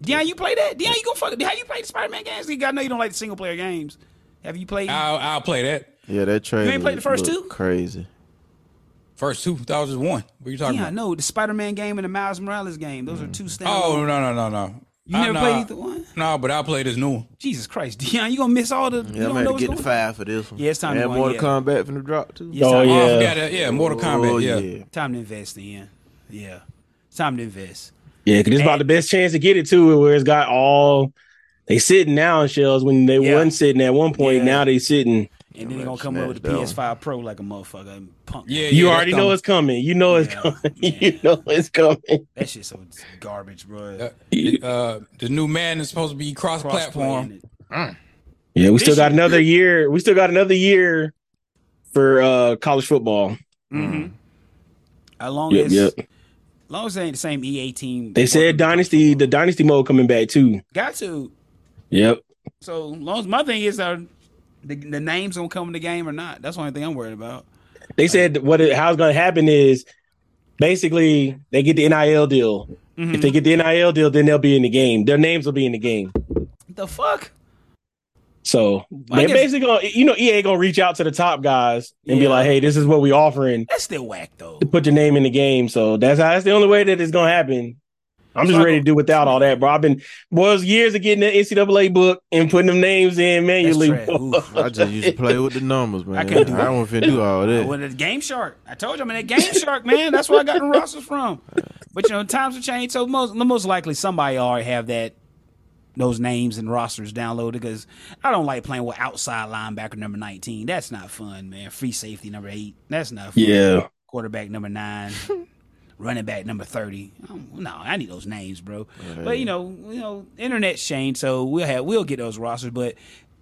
Speaker 2: Deion, you play that? Deion, you go fuck. How you play the Spider Man games? You gotta know you don't like the single player games. Have you played?
Speaker 3: I'll I'll play that.
Speaker 4: Yeah, that trailer.
Speaker 2: played the first
Speaker 4: looked
Speaker 2: two?
Speaker 4: Crazy.
Speaker 3: First two. That was just one. What are you talking
Speaker 2: Deion,
Speaker 3: about?
Speaker 2: no, the Spider Man game and the Miles Morales game. Those are two standalone.
Speaker 3: Oh no no no no.
Speaker 2: you
Speaker 3: I-
Speaker 2: never
Speaker 3: nah.
Speaker 2: played either one.
Speaker 3: No, but I played this new one.
Speaker 2: Jesus Christ, (laughs) Deion, you gonna miss all the. you
Speaker 4: Yeah,
Speaker 2: don't
Speaker 4: I'm
Speaker 2: know
Speaker 4: going to
Speaker 2: what's
Speaker 4: get the
Speaker 2: going on.
Speaker 4: five for this one.
Speaker 2: Yeah, it's time to
Speaker 4: And
Speaker 2: go on,
Speaker 4: Mortal
Speaker 2: yeah.
Speaker 4: Kombat from the drop, too.
Speaker 2: Yes,
Speaker 1: Oh,
Speaker 2: I-
Speaker 3: Oh, I
Speaker 1: Yeah.
Speaker 3: forgot that. Yeah, Mortal Kombat.
Speaker 4: Oh,
Speaker 3: yeah.
Speaker 2: Time to invest, Deion. Yeah, it's time to invest.
Speaker 1: Yeah, 'cause it's about the best chance to get it too, where it's got all they sitting now in shells when they
Speaker 2: Yeah.
Speaker 1: wasn't sitting at one point.
Speaker 2: Yeah.
Speaker 1: Now they sitting.
Speaker 2: And then they're gonna come up with the
Speaker 4: snatch that
Speaker 2: PS5 Pro like a motherfucker and punk.
Speaker 3: Yeah,
Speaker 1: You
Speaker 3: that's
Speaker 1: already know
Speaker 3: coming.
Speaker 1: it's coming. You know it's
Speaker 2: Yeah,
Speaker 1: coming. (laughs)
Speaker 2: yeah.
Speaker 1: You know it's coming.
Speaker 2: that shit so it's garbage, bro.
Speaker 3: Uh, the new Madden is supposed to be
Speaker 2: Cross-play
Speaker 3: cross-platform.
Speaker 2: in it.
Speaker 1: Yeah, we
Speaker 2: This
Speaker 1: still got
Speaker 2: year-
Speaker 1: another year. We still got another year for uh college football.
Speaker 2: As long
Speaker 1: Yep,
Speaker 2: as,
Speaker 1: yep.
Speaker 2: as long as they ain't the same E EA team.
Speaker 1: They said Dynasty, the Dynasty mode coming back too.
Speaker 2: got to.
Speaker 1: Yep.
Speaker 2: So long as my thing is are the, the names gonna come in the game or not? That's the only thing I'm worried about.
Speaker 1: They said what it, how it's going to happen is basically they get the NIL deal.
Speaker 2: Mm-hmm.
Speaker 1: If
Speaker 2: Hmm.
Speaker 1: they get the NIL deal, then they'll be in the game. Their names will be in the game.
Speaker 2: The fuck?
Speaker 1: So
Speaker 2: I
Speaker 1: they
Speaker 2: guess-
Speaker 1: basically going to you know EA going to reach out to the top guys and be
Speaker 2: Yeah.
Speaker 1: like, "Hey, this is what we offering.
Speaker 2: That's still whack though.
Speaker 1: Put your name in the game." So that's how that's the only way that it's going to happen. I'm just ready to do without all that, bro. I've been was years of getting the NCAA book and putting them names in
Speaker 2: That's
Speaker 1: manually.
Speaker 2: trash. Oof.
Speaker 4: I just used to play with the numbers, man. I,
Speaker 2: can't do
Speaker 4: don't finna do all that.
Speaker 2: (laughs) Well, the Game Shark. I told you, I'm in that Game Shark, man. That's where I got the rosters from. But you know, times have changed, so most most likely somebody already have that those names and rosters downloaded because I don't like playing with outside linebacker number 19. That's not fun, man. Free safety number eight. That's not fun.
Speaker 1: Yeah.
Speaker 2: Quarterback number nine. running back number 30 Oh, no i need those names bro but you know you know internet's changed so we'll have we'll get those rosters but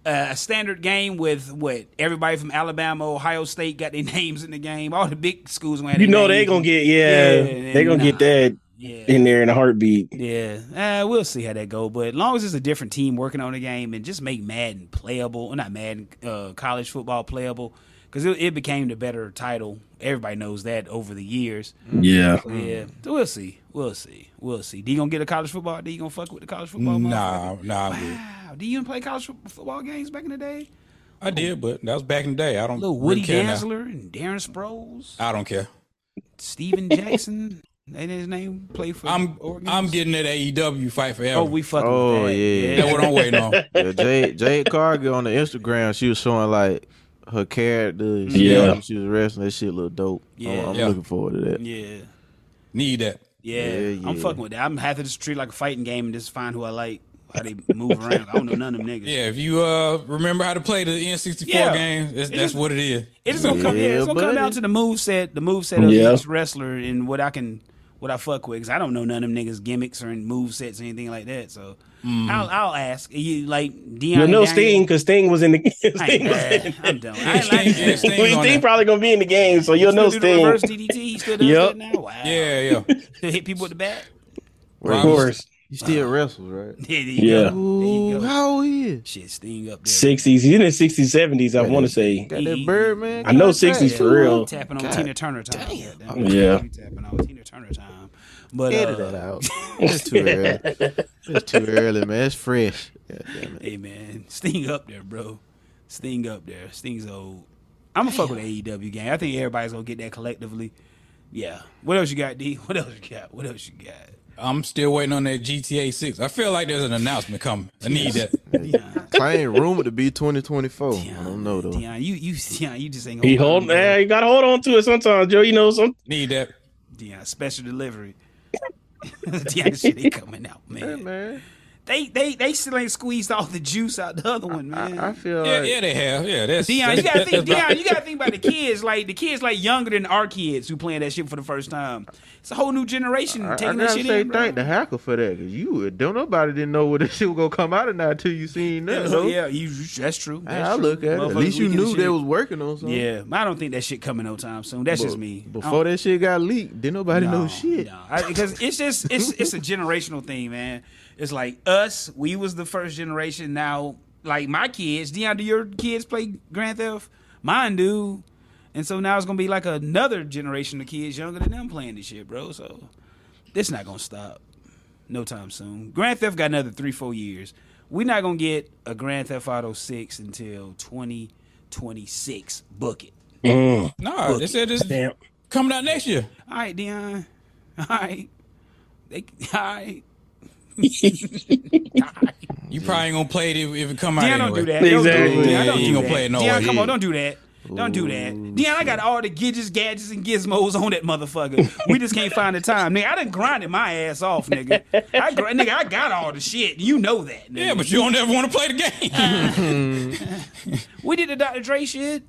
Speaker 2: uh, a standard game with what everybody from alabama ohio state got their (laughs) names in the game all the big schools gonna have
Speaker 1: You
Speaker 2: their
Speaker 1: know they
Speaker 2: names.
Speaker 1: gonna get yeah,
Speaker 2: Yeah,
Speaker 1: they gonna
Speaker 2: nah.
Speaker 1: get that
Speaker 2: yeah
Speaker 1: in there in a heartbeat.
Speaker 2: yeah uh, we'll see how that go but as long as it's a different team working on the game and just make madden playable not madden uh, college football playable because it, it became the better title everybody knows that over the years
Speaker 1: Yeah.
Speaker 2: yeah,
Speaker 3: Mm.
Speaker 2: so we'll see. We'll see. We'll see. D gonna get a college football? D gonna fuck with the college football?
Speaker 3: Nah, nah, I'm good.
Speaker 2: Wow. Do you even play college fo- football games back in the day?
Speaker 3: I did, but that was back in the day. I don't
Speaker 2: Little
Speaker 3: really
Speaker 2: Woody
Speaker 3: care now.
Speaker 2: Danzler and Darren Sproles,
Speaker 3: I don't care.
Speaker 2: Steven Jackson, (laughs) and his name play for.
Speaker 3: I'm
Speaker 2: Oregon?
Speaker 3: I'm getting that AEW fight forever.
Speaker 2: Oh, we fucking.
Speaker 4: Oh,
Speaker 2: with that.
Speaker 4: yeah.
Speaker 3: (laughs)
Speaker 2: (laughs)
Speaker 3: That's what I'm waiting on.
Speaker 4: Yeah, Jade, Jade Cargill on the Instagram, she was showing like her character.
Speaker 1: Yeah.
Speaker 4: Yeah, she was wrestling. That shit look dope. I'm-
Speaker 2: Yeah.
Speaker 4: I'm,
Speaker 3: Yeah.
Speaker 4: looking forward to that.
Speaker 2: yeah.
Speaker 3: Need that.
Speaker 2: Yeah,
Speaker 4: Yeah,
Speaker 2: I'm
Speaker 4: yeah.
Speaker 2: fucking with that. I'm happy to just treat it like a fighting game and just find who I like. How they move around. I don't know none of them niggas.
Speaker 3: Yeah, if you uh remember how to play the N64
Speaker 2: Yeah.
Speaker 3: game, that's, that's
Speaker 2: just-
Speaker 3: what it is.
Speaker 2: It's gonna come. Yeah, it's gonna come
Speaker 4: buddy.
Speaker 2: down to the move set, the move set of
Speaker 1: Yeah.
Speaker 2: each wrestler, and what I can, what I fuck with. Cause I don't know none of them niggas gimmicks or move sets or anything like that. So
Speaker 4: Mm.
Speaker 2: I'll, I'll ask you, like Deion.
Speaker 1: Well, no
Speaker 2: and Daniel?
Speaker 1: Sting
Speaker 2: (laughs)
Speaker 1: because Sting was in the (laughs) game.
Speaker 2: I ain't
Speaker 1: Sting was in
Speaker 2: mad. I'm done. I
Speaker 3: Yeah,
Speaker 2: ain't like
Speaker 1: (laughs)
Speaker 3: Sting- yeah,
Speaker 2: Sting.
Speaker 3: Sting
Speaker 1: Well,
Speaker 3: on
Speaker 1: Sting
Speaker 3: that.
Speaker 1: probably gonna be in the game, so you'll know
Speaker 2: Still do the reverse
Speaker 1: Sting.
Speaker 2: DDT. He still does
Speaker 1: Yep.
Speaker 2: that now. Wow.
Speaker 3: Yeah, yeah.
Speaker 2: (laughs) Still hit people with the bat. (laughs)
Speaker 1: Of course,
Speaker 4: You still wrestles, right?
Speaker 2: Yeah. There you
Speaker 1: Yeah.
Speaker 2: Go. There you
Speaker 4: Ooh,
Speaker 2: go.
Speaker 4: how old he is?
Speaker 2: Shit, Sting up there.
Speaker 1: sixties. He's in the sixties, seventies. I want to say.
Speaker 4: Got
Speaker 2: He-
Speaker 4: that bird, man.
Speaker 1: I know
Speaker 4: Got that.
Speaker 1: 60s for real.
Speaker 2: Tapping on
Speaker 4: God
Speaker 2: Tina Turner time. Goddamn.
Speaker 1: Yeah.
Speaker 2: He Tapping on Tina Turner time. But
Speaker 4: Edit
Speaker 2: uh,
Speaker 4: that out. It's
Speaker 1: (laughs)
Speaker 4: too early. It's too early, man. It's fresh. God damn it.
Speaker 2: Hey man, (laughs) Sting up there, bro. Sting up there. Sting's old. I'm gonna fuck with the AEW game. I think everybody's gonna get that collectively. Yeah. What else you got, D? (laughs) What else you got? What else you got?
Speaker 3: I'm still waiting on that GTA 6. I feel like there's an announcement coming. I need that.
Speaker 4: Claim rumored to be 2024. I don't know though.
Speaker 2: Deion, you you Deion, you just ain't gonna
Speaker 1: He
Speaker 2: hold
Speaker 1: hold.
Speaker 2: me, bro.
Speaker 1: eh, you gotta hold on to it sometimes, Joe. You know some.
Speaker 3: Need that.
Speaker 2: Deion, special
Speaker 4: (laughs)
Speaker 2: delivery. (laughs) Deion, shit ain't coming out, man.
Speaker 4: Yeah, man.
Speaker 2: They they they still ain't squeezed all the juice out the other one, man.
Speaker 4: I feel
Speaker 3: Yeah,
Speaker 4: like
Speaker 3: yeah, they have. Yeah, that's
Speaker 2: Dion, you gotta
Speaker 3: that's-
Speaker 2: think.
Speaker 3: that's-
Speaker 2: Dion, you gotta think about
Speaker 4: (laughs)
Speaker 2: the kids. Like the kids, like younger than our kids who playing that shit for the first time. It's a whole new generation
Speaker 4: I, I
Speaker 2: taking
Speaker 4: gotta
Speaker 2: that shit
Speaker 4: say
Speaker 2: in. bro.
Speaker 4: thank the hacker for that. Cause you don't nobody didn't know whether shit was gonna come out or not until you seen that.
Speaker 2: yeah,
Speaker 4: though.
Speaker 2: yeah, you, you- that's true.
Speaker 4: Hey,
Speaker 2: that's
Speaker 4: I
Speaker 2: true.
Speaker 4: look at it. At
Speaker 2: Motherfuckers
Speaker 4: least you
Speaker 2: leaking
Speaker 4: knew
Speaker 2: shit.
Speaker 4: they was working on something.
Speaker 2: Yeah, I don't think that shit coming no time soon. That's just
Speaker 4: But
Speaker 2: me. I
Speaker 4: Before
Speaker 2: don't-
Speaker 4: that shit got leaked, didn't nobody know shit. (laughs)
Speaker 2: No, I- because it's just it's it's a generational thing, man. It's like us, we was the first generation. Now, like my kids, Dion, do your kids play Grand Theft? Mine do, and so now it's gonna be like another generation of kids younger than them playing this shit, bro. So this not gonna stop, no time soon. Grand Theft got another three four years. We're not gonna get a Grand Theft Auto six until twenty twenty six. Book it.
Speaker 3: Nah, they said this
Speaker 1: Damn.
Speaker 3: coming out next year.
Speaker 2: All right, Dion. All right. They, all right.
Speaker 3: You probably ain't gonna play it if, if it come out.
Speaker 2: Dion, don't
Speaker 3: anyway.
Speaker 2: do that. Don't
Speaker 1: Exactly.
Speaker 2: do that. Dion,
Speaker 3: Yeah,
Speaker 2: don't
Speaker 3: you
Speaker 2: do
Speaker 3: gonna
Speaker 2: that.
Speaker 3: play it no
Speaker 2: Dion,
Speaker 3: way.
Speaker 2: come on, don't do that. Don't do that. Dion, I got all the gidgets, gadgets, and gizmos on that motherfucker. We just can't find the time. Nigga, I done grinded my ass off, nigga. I gr- nigga, I got all the shit. You know that. Nigga.
Speaker 3: Yeah, but you don't ever want to play the
Speaker 2: (laughs)
Speaker 3: game.
Speaker 2: we did the Dr. Dre shit.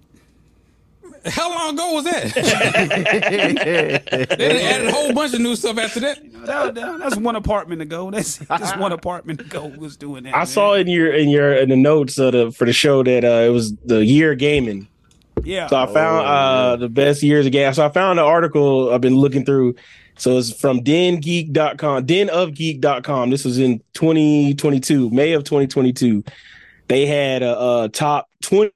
Speaker 3: How long ago was that?
Speaker 2: (laughs)
Speaker 3: they done added a whole bunch of new stuff after that.
Speaker 2: That, that- that's one apartment ago. That's just one apartment ago was doing that.
Speaker 1: I saw in your in your in the notes of the for the show that uh, it was the year of gaming.
Speaker 2: Yeah.
Speaker 1: So I found uh, the best years of gas. So I found an article I've been looking through. So it's from dengeek.com, denofgeek.com. This was in 2022, May of 2022. They had a, a top 20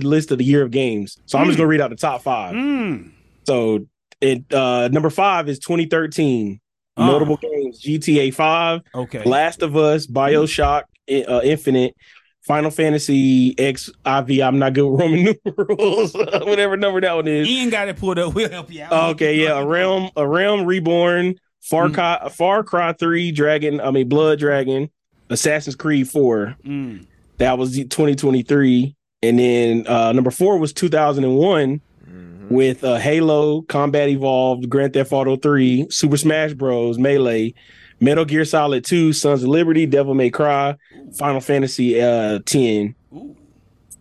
Speaker 1: list of the year of games. So I'm just going to read out the top five.
Speaker 2: Mm.
Speaker 1: So it uh, number five is 2013.
Speaker 2: Ah.
Speaker 1: Notable games GTA 5,
Speaker 2: Okay.
Speaker 1: Last of Us, Bioshock, I- uh, Infinite, Final Fantasy XIV. I'm not good with Roman (laughs) numerals, whatever number that one is.
Speaker 2: (laughs) Ian got it pulled up. We'll help you out.
Speaker 1: Okay, yeah, a realm, a realm reborn, Far Cry, Far Cry Three, Dragon, I mean Blood Dragon, Assassin's Creed Four.
Speaker 2: Mm.
Speaker 1: That was the 2023, and then uh, number four was 2001
Speaker 2: Mm-hmm.
Speaker 1: with uh, Halo, Combat Evolved, Grand Theft Auto Three, Super Smash Bros, Melee, Metal Gear Solid Two, Sons of Liberty, Devil May Cry, Final Fantasy uh, Ten.
Speaker 2: Ooh.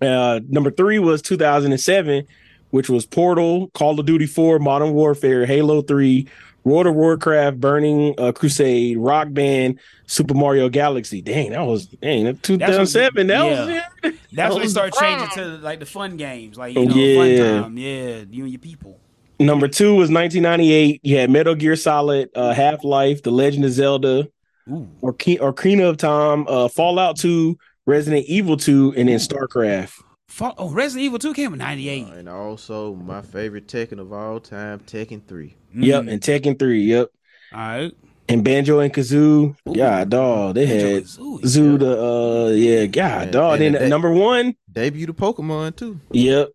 Speaker 1: Uh, number three was 2007, which was Portal, Call of Duty 4, Modern Warfare, Halo 3, World of Warcraft, Burning uh, Crusade, Rock Band, Super Mario Galaxy. Dang, that was dang that 2007. That was
Speaker 2: yeah.
Speaker 1: it.
Speaker 2: That's when they
Speaker 1: was-
Speaker 2: started changing to like the fun games, like you know,
Speaker 1: Oh, Yeah.
Speaker 2: fun time. Yeah, you and your people.
Speaker 1: Number two was 1998. You had Metal Gear Solid, uh, Half Life, The Legend of Zelda,
Speaker 2: Ooh.
Speaker 1: or Ocarina of Time, uh, Fallout 2, Resident Evil 2, and then StarCraft.
Speaker 2: Fuck, oh, Resident Evil 2 came in 98.
Speaker 4: (laughs) And also my favorite Tekken of all time, Tekken Three.
Speaker 1: Yep, and Tekken 3. Yep.
Speaker 2: All right.
Speaker 1: and Banjo and Kazoo. Yeah, dog, they
Speaker 2: Banjo
Speaker 1: had
Speaker 2: and Kazooie.
Speaker 1: Zoo the uh yeah, god
Speaker 4: And-
Speaker 1: dog.
Speaker 4: and
Speaker 1: Then
Speaker 4: that-
Speaker 1: number one,
Speaker 4: Debut to Pokemon too.
Speaker 1: yep.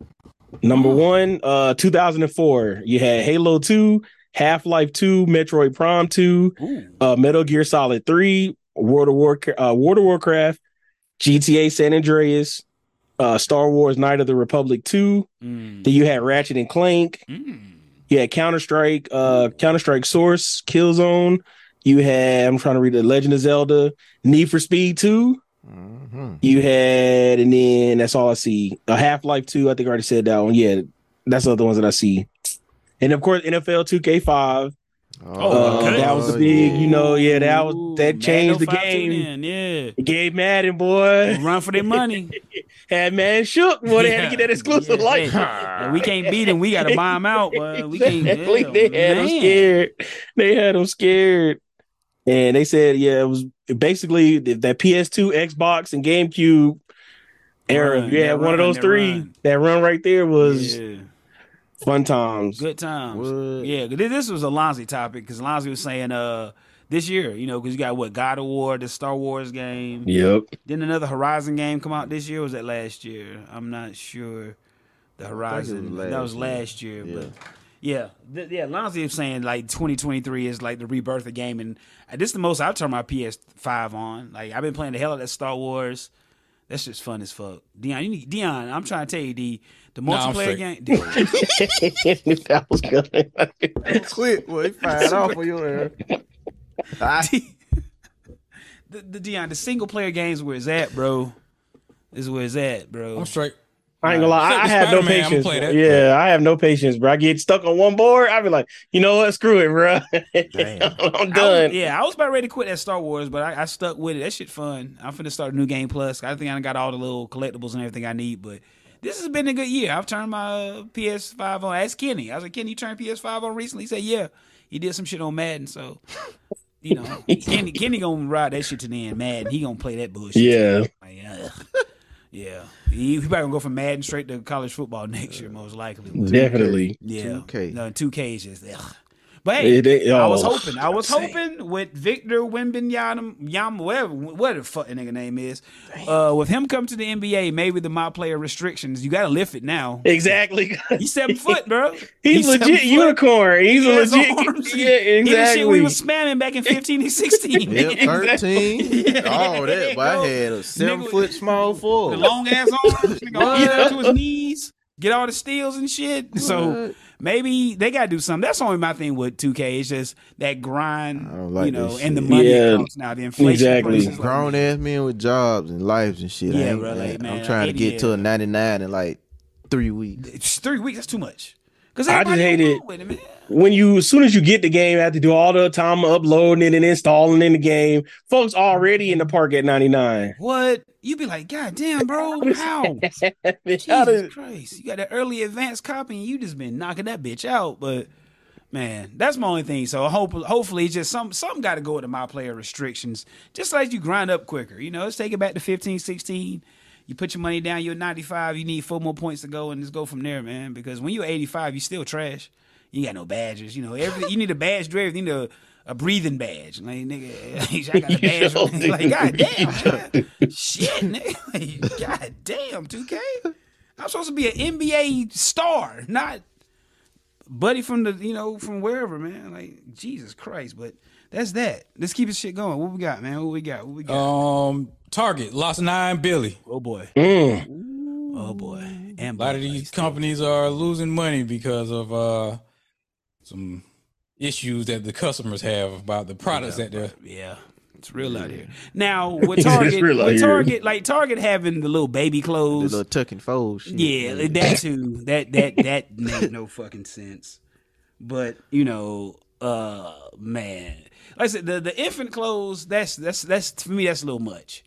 Speaker 1: Number one, uh 2004, you had Halo 2, Half-Life 2, Metroid Prime 2,
Speaker 2: Ooh.
Speaker 1: uh Metal Gear Solid 3, World of War uh, World of Warcraft, GTA San Andreas, uh Star Wars Knight of the Republic 2.
Speaker 2: Mm.
Speaker 1: Then you had Ratchet and Clank,
Speaker 2: Mm.
Speaker 1: you had Counter Strike, uh, Counter Strike Source, Killzone. You had I'm trying to read the Legend of Zelda, Need for Speed Two.
Speaker 4: Mm-hmm.
Speaker 1: You had and then that's all I see. A Half Life Two. I think I already said that one. Yeah, that's the other ones that I see. And of course, NFL 2K5.
Speaker 2: Oh,
Speaker 1: Uh,
Speaker 2: okay.
Speaker 1: That was the big, you know, yeah, that
Speaker 2: Ooh,
Speaker 1: was that changed the
Speaker 2: Madden 05 too
Speaker 1: game.
Speaker 2: then, Yeah.
Speaker 1: It gave Madden boy. (laughs)
Speaker 2: Run for their (laughs) money.
Speaker 1: Had man shook. Boy, they had to
Speaker 2: Yeah.
Speaker 1: get that exclusive
Speaker 2: Yeah,
Speaker 1: like.
Speaker 2: hey, yeah, we can't beat them. We got to buy them out.
Speaker 1: (laughs)
Speaker 2: But we can't.
Speaker 1: Exactly.
Speaker 2: yeah,
Speaker 1: they had them
Speaker 2: man.
Speaker 1: scared. They had them scared. And they said, yeah, it was basically th- that PS2, Xbox, and GameCube era.
Speaker 2: Run,
Speaker 1: yeah,
Speaker 2: that
Speaker 1: one
Speaker 2: run,
Speaker 1: of those
Speaker 2: that
Speaker 1: three.
Speaker 2: run.
Speaker 1: That run right there was
Speaker 2: Yeah.
Speaker 1: fun times.
Speaker 2: Good times.
Speaker 4: What?
Speaker 2: Yeah, 'cause thi- this was a Lonzy topic because Lonzy was saying uh this year, you know, because you got what God of War, the Star Wars game,
Speaker 1: Yep.
Speaker 2: then another Horizon game come out this year. Or was that last year? I'm not sure. The Horizon
Speaker 4: last
Speaker 2: that was
Speaker 4: year.
Speaker 2: last year,
Speaker 4: Yeah.
Speaker 2: but yeah, Th- yeah. Lonzy is saying like 2023 is like the rebirth of gaming. Uh, This is the most I've turned my PS5 on. Like I've been playing the hell out of that Star Wars. That's just fun as fuck, Dion. You need, Dion, I'm trying to tell you, D, the
Speaker 3: Nah, I'm
Speaker 2: multiplayer game.
Speaker 3: straight.
Speaker 2: Dion.
Speaker 1: (laughs) that was good. (laughs)
Speaker 4: Quit, boy. Fired
Speaker 2: (laughs)
Speaker 4: off of your air.
Speaker 2: (laughs) the, the Dion, the single player games where it's at, bro. Is where it's at, bro.
Speaker 3: I'm straight.
Speaker 1: I ain't gonna lie, I, I have no
Speaker 3: Spider-Man, I'ma
Speaker 1: patience.
Speaker 3: play
Speaker 1: bro.
Speaker 3: that.
Speaker 1: Yeah, I have no patience, bro. I get stuck on one board. I be like, you know what? Screw it, bro. (laughs) I'm
Speaker 2: I was-
Speaker 1: done.
Speaker 2: yeah, I was about ready to quit that Star Wars, but I, I stuck with it. That shit fun. I'm finna start a new game plus. I think I done got all the little collectibles and everything I need, but this has been a good year. I've turned my uh, PS5 on. I asked Kenny. I was like, Kenny, you turned PS5 on recently? He said, yeah. He did some shit on Madden, so,
Speaker 1: (laughs)
Speaker 2: you know, Kenny, Kenny gonna ride that shit to the end. Madden, he gonna play that bullshit.
Speaker 1: Yeah.
Speaker 2: Like, ugh. (laughs) yeah. He, he probably gonna go from Madden straight to college football next year, most likely. But-
Speaker 1: Definitely.
Speaker 2: yeah.
Speaker 4: 2K.
Speaker 2: No, 2K is just, ugh. But hey,
Speaker 1: It- it-
Speaker 2: I was
Speaker 1: oh,
Speaker 2: hoping. I was
Speaker 1: I'm
Speaker 2: hoping with Victor Wimbenyam, Yam, whatever, whatever the fuck that nigga name is, uh, with him coming to the NBA, maybe the my player restrictions, you got to lift
Speaker 1: (laughs)
Speaker 2: it now.
Speaker 1: Exactly.
Speaker 2: He's seven foot, bro.
Speaker 1: He's,
Speaker 2: seven
Speaker 1: legit
Speaker 2: foot.
Speaker 1: unicorn. He's
Speaker 2: He
Speaker 1: a
Speaker 2: has
Speaker 1: legit. (laughs)
Speaker 2: arms.
Speaker 1: Yeah,
Speaker 2: He the shit
Speaker 1: exactly.
Speaker 2: we was spamming back in 15 and 16. (laughs)
Speaker 4: Yeah, thirteen. All that. Boy, I
Speaker 2: Go.
Speaker 4: had a seven
Speaker 2: Nigga-
Speaker 4: foot small
Speaker 2: The
Speaker 4: forward.
Speaker 2: long ass arms, nigga, all the way down to his knees, get all the steals and shit. So maybe they gotta do something. That's only my thing with 2K. It's just that grind,
Speaker 4: I don't like
Speaker 2: you know,
Speaker 4: that
Speaker 2: and the
Speaker 4: shit.
Speaker 2: money
Speaker 1: Yeah.
Speaker 2: that comes now, the inflation.
Speaker 1: Exactly.
Speaker 2: prices, like,
Speaker 4: Grown ass men with jobs and lives and shit. I
Speaker 2: Yeah,
Speaker 4: ain't-
Speaker 2: bro, like,
Speaker 4: I'm
Speaker 2: man,
Speaker 4: trying to get to a
Speaker 2: 88.
Speaker 4: ninety nine in like three weeks.
Speaker 2: It's three weeks. That's too much. Because
Speaker 1: I just hate it.
Speaker 2: With it man.
Speaker 1: When you, as soon as you get the game, you have to do all the time of uploading it and installing in the game. Folks already in the park at ninety nine. (laughs)
Speaker 2: What you be like? God damn, bro! How? Jesus
Speaker 1: That's
Speaker 2: Christ! You got that early advanced copy, and you just been knocking that bitch out. But man, that's my only thing. So I hope, hopefully, it's just some some got to go to my player restrictions. Just like you grind up quicker. You know, let's take it back to 15, 16. You put your money down. You're 95. You need four more points to go, and just go from there, man. Because when you're 85, you still trash. You ain't got no badges. You know, everything. you need a badge. Do everything. You need a, a breathing badge. Like nigga, (laughs) I got a badge.
Speaker 1: don't
Speaker 2: (laughs) like
Speaker 1: do-
Speaker 2: god damn, man. (laughs) shit, nigga. (laughs) Like, god damn, 2K. I'm supposed to be an NBA star, not buddy from the you know from wherever, man. Like Jesus Christ, but that's that. Let's keep this shit going. What we got, man? What we got? What we got?
Speaker 3: Um, Target lost nine Billy.
Speaker 2: oh boy,
Speaker 1: Mm.
Speaker 2: oh boy. And
Speaker 3: A lot of these companies are losing money because of uh some issues that the customers have about the products that they're.
Speaker 2: Yeah, it's real out here.
Speaker 1: (laughs)
Speaker 2: Now with Target,
Speaker 1: real out
Speaker 2: with
Speaker 1: here.
Speaker 2: Target, like Target having the little baby
Speaker 4: The
Speaker 2: clothes.
Speaker 4: little tuck and fold shit.
Speaker 2: Yeah, like that too. That that
Speaker 4: (laughs)
Speaker 2: that made no fucking sense. But you know, uh, man, like I said, the the infant clothes. That's that's that's for me. That's a little much.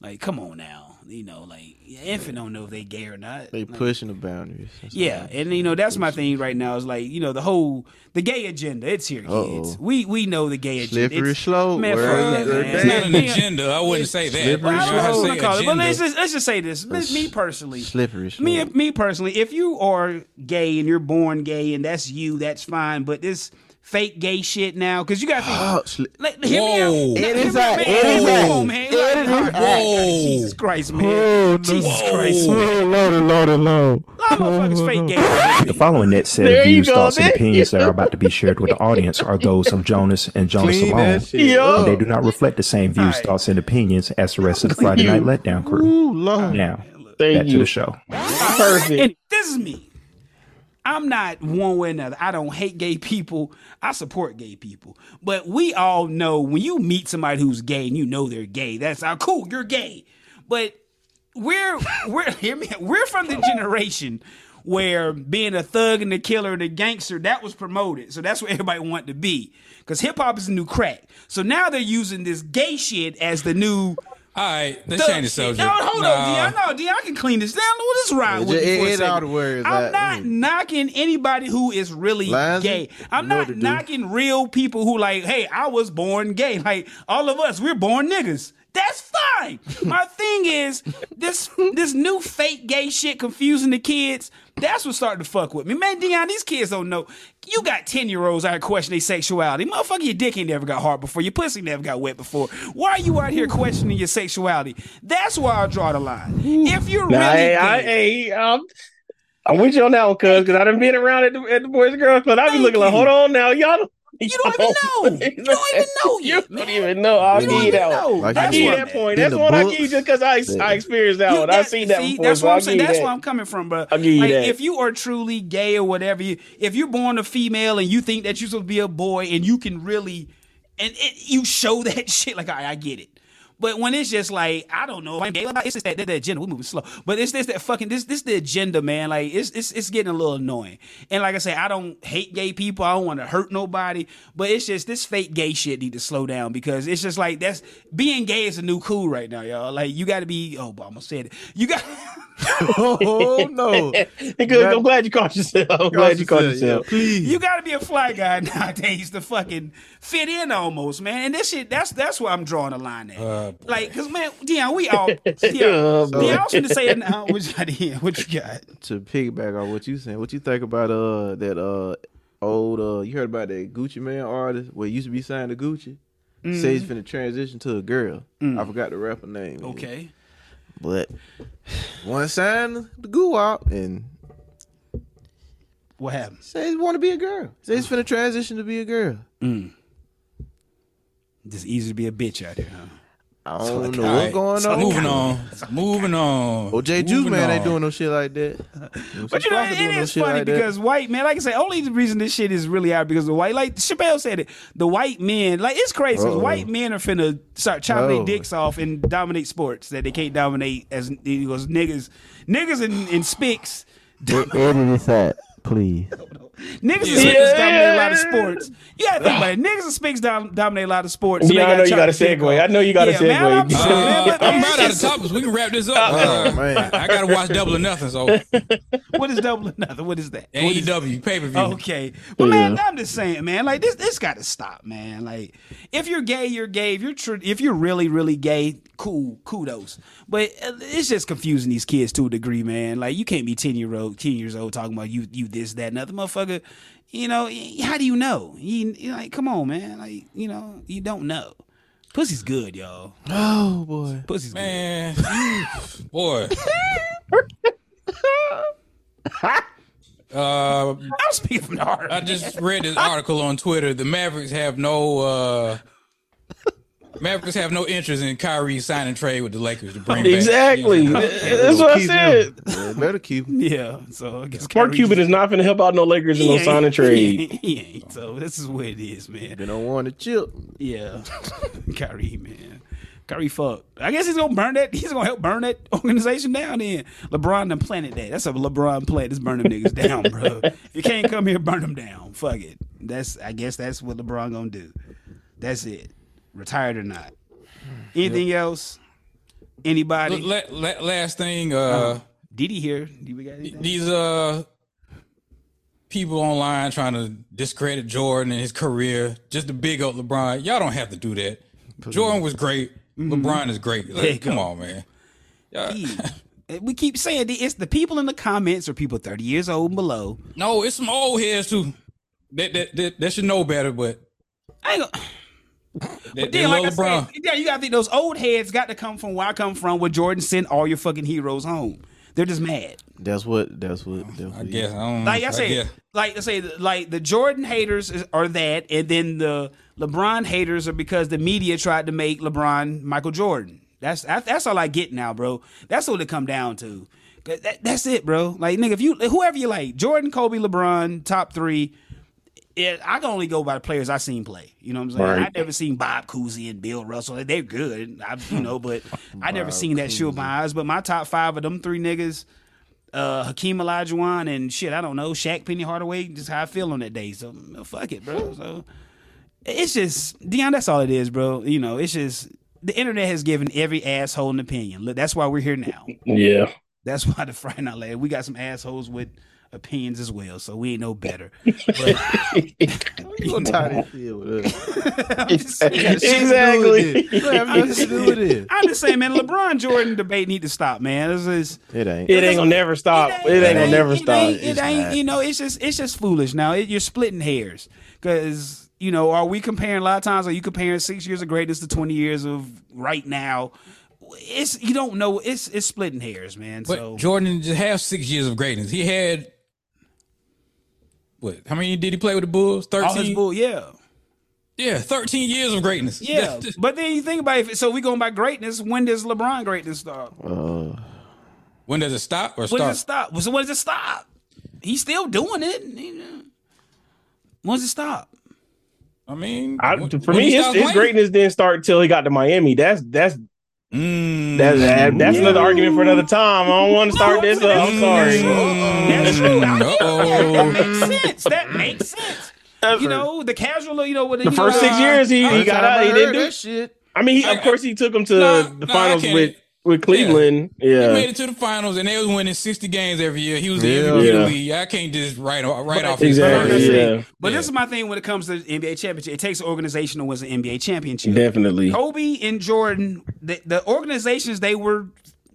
Speaker 2: Like, come on now. You know, like infant don't know if they gay or not.
Speaker 4: They
Speaker 2: Like,
Speaker 4: pushing the boundaries. That's
Speaker 2: yeah,
Speaker 4: all.
Speaker 2: and you know that's my thing right now is like you know the whole the gay agenda. It's here, kids.
Speaker 4: Uh-oh.
Speaker 2: We we know the gay agenda.
Speaker 4: Slippery
Speaker 2: It's-
Speaker 4: slope,
Speaker 2: man.
Speaker 4: word.
Speaker 2: fuck that,
Speaker 4: Word.
Speaker 2: man.
Speaker 3: It's not an
Speaker 2: Yeah.
Speaker 4: (laughs)
Speaker 3: agenda. I wouldn't say that.
Speaker 2: Well, I
Speaker 3: You have to
Speaker 2: don't
Speaker 3: say
Speaker 2: know what to call it, but let's
Speaker 3: agenda.
Speaker 2: just, let's just say this. Me- me personally,
Speaker 4: Slippery
Speaker 2: me
Speaker 4: slope.
Speaker 2: me personally, if you are gay and you're born gay and that's you, that's fine. But this fake gay shit now, because you got to
Speaker 4: (gasps) Oh,
Speaker 2: think.
Speaker 4: sli-
Speaker 2: Like, hear me
Speaker 3: Whoa.
Speaker 2: out. Now,
Speaker 3: It
Speaker 4: is
Speaker 2: hear me out,
Speaker 4: a-
Speaker 2: man.
Speaker 4: it is
Speaker 2: Come
Speaker 4: a-
Speaker 2: on, man. Like,
Speaker 4: it is
Speaker 2: all right,
Speaker 3: a-
Speaker 2: Jesus Christ, man.
Speaker 4: Oh, no.
Speaker 2: Jesus Christ, man.
Speaker 4: Oh, Lordy, Lordy, Lord.
Speaker 2: Y'all motherfuckers fake gay.
Speaker 10: The following net set
Speaker 1: There
Speaker 10: of
Speaker 1: you
Speaker 10: views,
Speaker 1: go,
Speaker 10: thoughts, and
Speaker 1: man.
Speaker 10: opinions that are about to be shared with the audience are those of Jonas and Jonas
Speaker 4: Clean
Speaker 10: alone.
Speaker 4: that shit.
Speaker 1: Yo.
Speaker 10: and They do not reflect the same views,
Speaker 2: Alright.
Speaker 10: thoughts, and opinions as the rest of the Friday Night Letdown crew.
Speaker 4: Ooh,
Speaker 10: (laughs)
Speaker 4: Lord.
Speaker 10: Now, back
Speaker 1: Thank
Speaker 10: to
Speaker 1: you.
Speaker 10: the show.
Speaker 1: Perfect.
Speaker 2: And this is me. I'm not one way or another. I don't hate gay people. I support gay people. But we all know when you meet somebody who's gay and you know they're gay, that's how cool you're gay. But we're we're (laughs) hear me, out. we're from the generation where being a thug and a killer and a gangster that was promoted. So that's what everybody wanted to be. Because hip hop is the new crack. So now they're using this gay shit as the new
Speaker 3: All right, let's
Speaker 2: thug
Speaker 3: change the
Speaker 2: shit.
Speaker 3: subject.
Speaker 2: No, hold
Speaker 3: Nah.
Speaker 2: on, Dion. No, Dion, I can clean this down. We'll just ride
Speaker 4: It-
Speaker 2: with you
Speaker 4: it-
Speaker 2: for a
Speaker 4: it
Speaker 2: second.
Speaker 4: all the words
Speaker 2: I'm
Speaker 4: I-
Speaker 2: not
Speaker 4: mm.
Speaker 2: knocking anybody who is really
Speaker 4: Lies,
Speaker 2: gay. I'm
Speaker 4: you know
Speaker 2: not
Speaker 4: what to do.
Speaker 2: knocking real people who like, hey, I was born gay. (laughs) Like all of us, we're born niggas. That's
Speaker 1: (laughs)
Speaker 2: fine. My thing is this this new fake gay shit confusing the kids. That's what's starting to fuck with me, man. Dion, these kids don't know. You got ten year olds out here questioning their sexuality. Motherfucker, your dick ain't never got hard before. Your pussy never got wet before. Why are you out here questioning your sexuality? That's where I draw the line. If you're
Speaker 1: Nah,
Speaker 2: really
Speaker 1: hey, I,
Speaker 2: gay-
Speaker 1: hey, I'm, I'm with you on that one, cuz, because I done been around at the, at the Boys and Girls Club. I be
Speaker 2: Thank
Speaker 1: looking like,
Speaker 2: you.
Speaker 1: hold on now, y'all don't.
Speaker 2: You don't even know. You don't even know
Speaker 1: You
Speaker 2: yet,
Speaker 1: don't
Speaker 2: man.
Speaker 1: even know. I'll
Speaker 2: You don't
Speaker 1: give you
Speaker 2: even
Speaker 1: that one.
Speaker 2: know.
Speaker 4: Like
Speaker 1: I
Speaker 2: That's
Speaker 1: give you
Speaker 4: what-
Speaker 1: that point.
Speaker 4: Then
Speaker 1: That's
Speaker 4: the
Speaker 1: one I
Speaker 4: books.
Speaker 1: give you just because I, I experienced that
Speaker 2: You-
Speaker 1: one. I seen that
Speaker 2: see,
Speaker 1: before.
Speaker 2: That's
Speaker 1: so
Speaker 2: what
Speaker 1: I'll
Speaker 2: I'm saying.
Speaker 1: give you
Speaker 2: That's
Speaker 1: that.
Speaker 2: where I'm coming from, bro.
Speaker 1: I'll give you
Speaker 2: like,
Speaker 1: that.
Speaker 2: If you are truly gay or whatever, you, if you're born a female and you think that you're supposed to be a boy and you can really, and it, you show (laughs) that shit, like, all right, I get it. But when it's just like I don't know, if I'm gay. Like, it's just that, that, that agenda. We're moving slow, but it's this that fucking this this the agenda, man. Like it's it's it's getting a little annoying. And like I say, I don't hate gay people. I don't want to hurt nobody, but it's just this fake gay shit need to slow down because it's just like that's being gay is a new cool right now, y'all. Like you got to be. Oh, Obama said it. You got. (laughs)
Speaker 4: Oh, (laughs) no.
Speaker 1: Good. I'm glad you caught yourself. I'm glad you caught yourself.
Speaker 4: Please.
Speaker 2: You gotta be a fly guy (laughs) nowadays to fucking fit in almost, man. And this shit, that's that's where I'm drawing the line at. like, cause man, Dion, we
Speaker 4: (laughs)
Speaker 2: all Dion,
Speaker 1: boy.
Speaker 2: Dion, I was gonna say it now. What you got here? What you got?
Speaker 4: to piggyback on what you saying, what you think about uh that uh old uh you heard about that Gucci man artist where he used to be signed to Gucci? Say he's finna transition to a girl. I forgot the rapper name. man.
Speaker 2: Okay.
Speaker 4: But one signed the goo out and
Speaker 2: What happens?
Speaker 4: say he wanna be a girl. Say he's finna transition to be a girl.
Speaker 2: It's easy to be a bitch out here, huh?
Speaker 4: I don't know
Speaker 3: All
Speaker 4: what's
Speaker 3: right,
Speaker 4: going
Speaker 3: so
Speaker 4: on.
Speaker 3: Moving on. Moving on.
Speaker 4: OJ Juice
Speaker 3: Moving
Speaker 4: man ain't
Speaker 3: on.
Speaker 4: doing no shit like that. Them
Speaker 2: But you know,
Speaker 4: Sparks
Speaker 2: it-
Speaker 4: doing
Speaker 2: it
Speaker 4: no
Speaker 2: is
Speaker 4: shit
Speaker 2: funny
Speaker 4: like that.
Speaker 2: because white man, like I said, only the reason this shit is really out because the white, like Chappelle said it, the white men, like it's crazy. 'cause
Speaker 4: Uh-oh.
Speaker 2: White men are finna start chopping
Speaker 4: No.
Speaker 2: their dicks off and dominate sports that they can't dominate as because niggas, niggas and, and spics,
Speaker 4: Edit this out, please.
Speaker 2: niggas and spics dominate a lot of sports. You gotta think about it. Niggas and spics dom- dominate a lot of sports.
Speaker 1: Yeah, I know you
Speaker 2: chop
Speaker 1: got a
Speaker 2: their dick
Speaker 1: segue.
Speaker 2: off.
Speaker 1: I know you got a
Speaker 2: Yeah, man,
Speaker 1: segue.
Speaker 2: I'm-
Speaker 1: Uh,
Speaker 2: man,
Speaker 3: Uh,
Speaker 2: but
Speaker 3: I'm
Speaker 2: man,
Speaker 3: right
Speaker 2: it's
Speaker 3: out of
Speaker 2: just-
Speaker 3: topics. We can wrap this up. Uh,
Speaker 4: man.
Speaker 3: I gotta watch Double or Nothing. So E
Speaker 2: What is double or nothing? What is that? What is-
Speaker 3: AEW pay per view.
Speaker 2: Okay. But man, I'm just saying, man, like this this gotta stop, man. Like if you're gay, you're gay. If you're tr- if you're really, really gay, cool, kudos. But uh, it's just confusing these kids to a degree, man. Like you can't be 10 year old, 10 years old talking about you you this, that, and other motherfucker. You know, y- how do you know? You, you like, come on, man. Like, you know, you don't know. Pussy's good, y'all.
Speaker 4: (laughs) Oh boy.
Speaker 2: Pussy's good.
Speaker 3: Man, (laughs) boy. Uh, I'm speaking from the heart. I just read this article on Twitter. The Mavericks have no uh, Mavericks have no interest in Kyrie signing trade with the Lakers to bring back-
Speaker 1: Exactly.
Speaker 3: you know.
Speaker 1: That's what I said.
Speaker 4: better keep him. (laughs)
Speaker 2: Yeah. So I guess
Speaker 1: Mark
Speaker 2: Kyrie-
Speaker 1: Cuban is not going to help out no Lakers in
Speaker 2: He
Speaker 1: no
Speaker 2: ain't-
Speaker 1: sign and
Speaker 2: He
Speaker 1: trade.
Speaker 2: ain't, he ain't. So this is what it is, man.
Speaker 4: They don't want to chip.
Speaker 2: Yeah. (laughs) Kyrie, man. Kyrie fucked. I guess he's gonna burn that. He's gonna help burn that organization down. Then LeBron done planted that. That's a LeBron plant. Just burn them niggas (laughs) down, bro. If you can't come here, burn them down. Fuck it. That's. I guess that's what LeBron gonna do. That's it. Retired or not. Anything else? Anybody?
Speaker 3: La- la- last thing, uh,
Speaker 2: Diddy here. Do we got anything?
Speaker 3: these uh people online trying to discredit Jordan and his career just to big up LeBron. Y'all don't have to do that. Jordan was great. LeBron is great. Like,
Speaker 2: Mm-hmm. There you
Speaker 3: come
Speaker 2: go.
Speaker 3: on, man.
Speaker 2: (laughs)
Speaker 3: Yeah.
Speaker 2: He- Uh, we keep saying the- it's the people in the comments or people thirty years old and below.
Speaker 3: No, it's some old heads too. That that that, that should know better, but
Speaker 2: I ain't gonna.
Speaker 3: they, they
Speaker 2: Then, like I
Speaker 3: love LeBron.
Speaker 2: said, yeah, you gotta think those old heads got to come from where I come from, where Jordan sent all your fucking heroes home. They're just mad.
Speaker 4: That's what. That's what. That's
Speaker 3: I
Speaker 4: what
Speaker 3: guess I don't.
Speaker 2: Like I said,
Speaker 3: guess.
Speaker 2: like I say, like the Jordan haters is, are that, and then the LeBron haters are because the media tried to make LeBron Michael Jordan. That's that- that's all I get now, bro. That's what it come down to. 'Cause that- that's it, bro. Like nigga, if you whoever you like, Jordan, Kobe, LeBron, top three. It, I can only go by the players I seen play. You know what I'm saying?
Speaker 10: Right.
Speaker 2: I never seen Bob Cousy and Bill Russell. They're good, I, you know, but I never seen that shit with my eyes. But my top five of them three niggas, uh, Hakeem Olajuwon and shit, I don't know, Shaq Penny Hardaway, just how I feel on that day. So no, fuck it, bro. So it's just Dion. That's all it is, bro. You know, it's just the internet has given every asshole an opinion. Look, That's why we're here now.
Speaker 1: Yeah.
Speaker 2: That's why the Friday Night Lights. We got some assholes with opinions as well, so we ain't no better. But
Speaker 4: You gonna tie this shit with us? (laughs)
Speaker 2: I'm just saying-
Speaker 1: Exactly.
Speaker 4: You have nothing to do with it.
Speaker 2: I'm just saying, man. LeBron Jordan debate need to stop, man. This is
Speaker 4: It ain't.
Speaker 1: It ain't gonna never stop. It ain't, gonna never
Speaker 2: it
Speaker 1: stop.
Speaker 2: Ain't, it ain't, you know, it's just it's just foolish. Now it, you're splitting hairs because you know, are we comparing? A lot of times, are you comparing six years of greatness to twenty years of right now? It's you don't know. It's it's splitting hairs, man.
Speaker 3: But
Speaker 2: so
Speaker 3: Jordan just have six years of greatness. He had what? How many did he play with the Bulls?
Speaker 2: all his
Speaker 3: Thirteen.
Speaker 2: bull, yeah.
Speaker 3: yeah, thirteen years of greatness. (laughs)
Speaker 2: Yeah,
Speaker 3: That's-
Speaker 2: but then you think about it. So we going by greatness. When does LeBron greatness start?
Speaker 4: Uh,
Speaker 3: When does it stop or
Speaker 2: When
Speaker 3: start?
Speaker 2: does it stop? So when does it stop? He's still doing it. you know. When does it stop?
Speaker 3: I mean,
Speaker 1: I,
Speaker 3: when-
Speaker 1: for
Speaker 3: when
Speaker 1: me,
Speaker 3: he
Speaker 1: his,
Speaker 3: stopped
Speaker 1: his
Speaker 3: playing?
Speaker 1: greatness didn't start till he got to Miami. That's that's
Speaker 3: Mm.
Speaker 1: that's that's another argument for another time. I don't want
Speaker 3: Mm-hmm.
Speaker 1: to start this up. I'm sorry.
Speaker 2: That's true. That
Speaker 3: Uh-oh.
Speaker 2: makes sense. (laughs) That makes sense. You know, the casual, you know, what
Speaker 1: The
Speaker 3: Mm-hmm.
Speaker 1: first six years, he, he got out. He didn't do.
Speaker 4: shit.
Speaker 1: I mean, he, of course, he took him to
Speaker 3: Nah,
Speaker 1: the
Speaker 3: nah,
Speaker 1: finals
Speaker 3: I can't.
Speaker 1: with with Cleveland.
Speaker 3: He
Speaker 1: Yeah,
Speaker 3: made it to the finals, and they was winning sixty games every year. He was the
Speaker 4: Yeah.
Speaker 3: MVP of
Speaker 1: Yeah.
Speaker 3: the league. I can't just write off right off his
Speaker 1: exactly.
Speaker 3: career.
Speaker 1: Yeah,
Speaker 2: But
Speaker 3: Yeah.
Speaker 2: this is my thing when it comes to NBA championship. It takes an organization to win an NBA championship.
Speaker 1: definitely.
Speaker 2: Kobe and Jordan, the, the organizations they were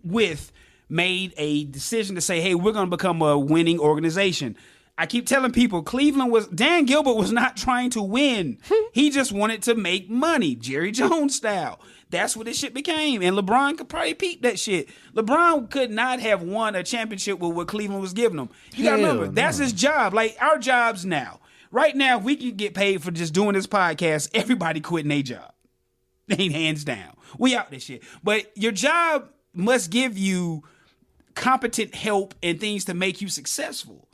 Speaker 2: with made a decision to say, hey, we're going to become a winning organization. I keep telling people Cleveland was, Dan Gilbert was not trying to
Speaker 4: (laughs)
Speaker 2: win. he just wanted to make money, Jerry (laughs) Jones style. That's what this shit became. And LeBron could probably peep that shit. LeBron could not have won a championship with what Cleveland was giving him. You got to
Speaker 4: Hell
Speaker 2: remember,
Speaker 4: no.
Speaker 2: that's his job. Like our jobs now. Right now, if we can get paid for just doing this podcast, everybody quitting their job. They (laughs) ain't hands down. We out this shit. But your job must give you competent help and things to make you successful.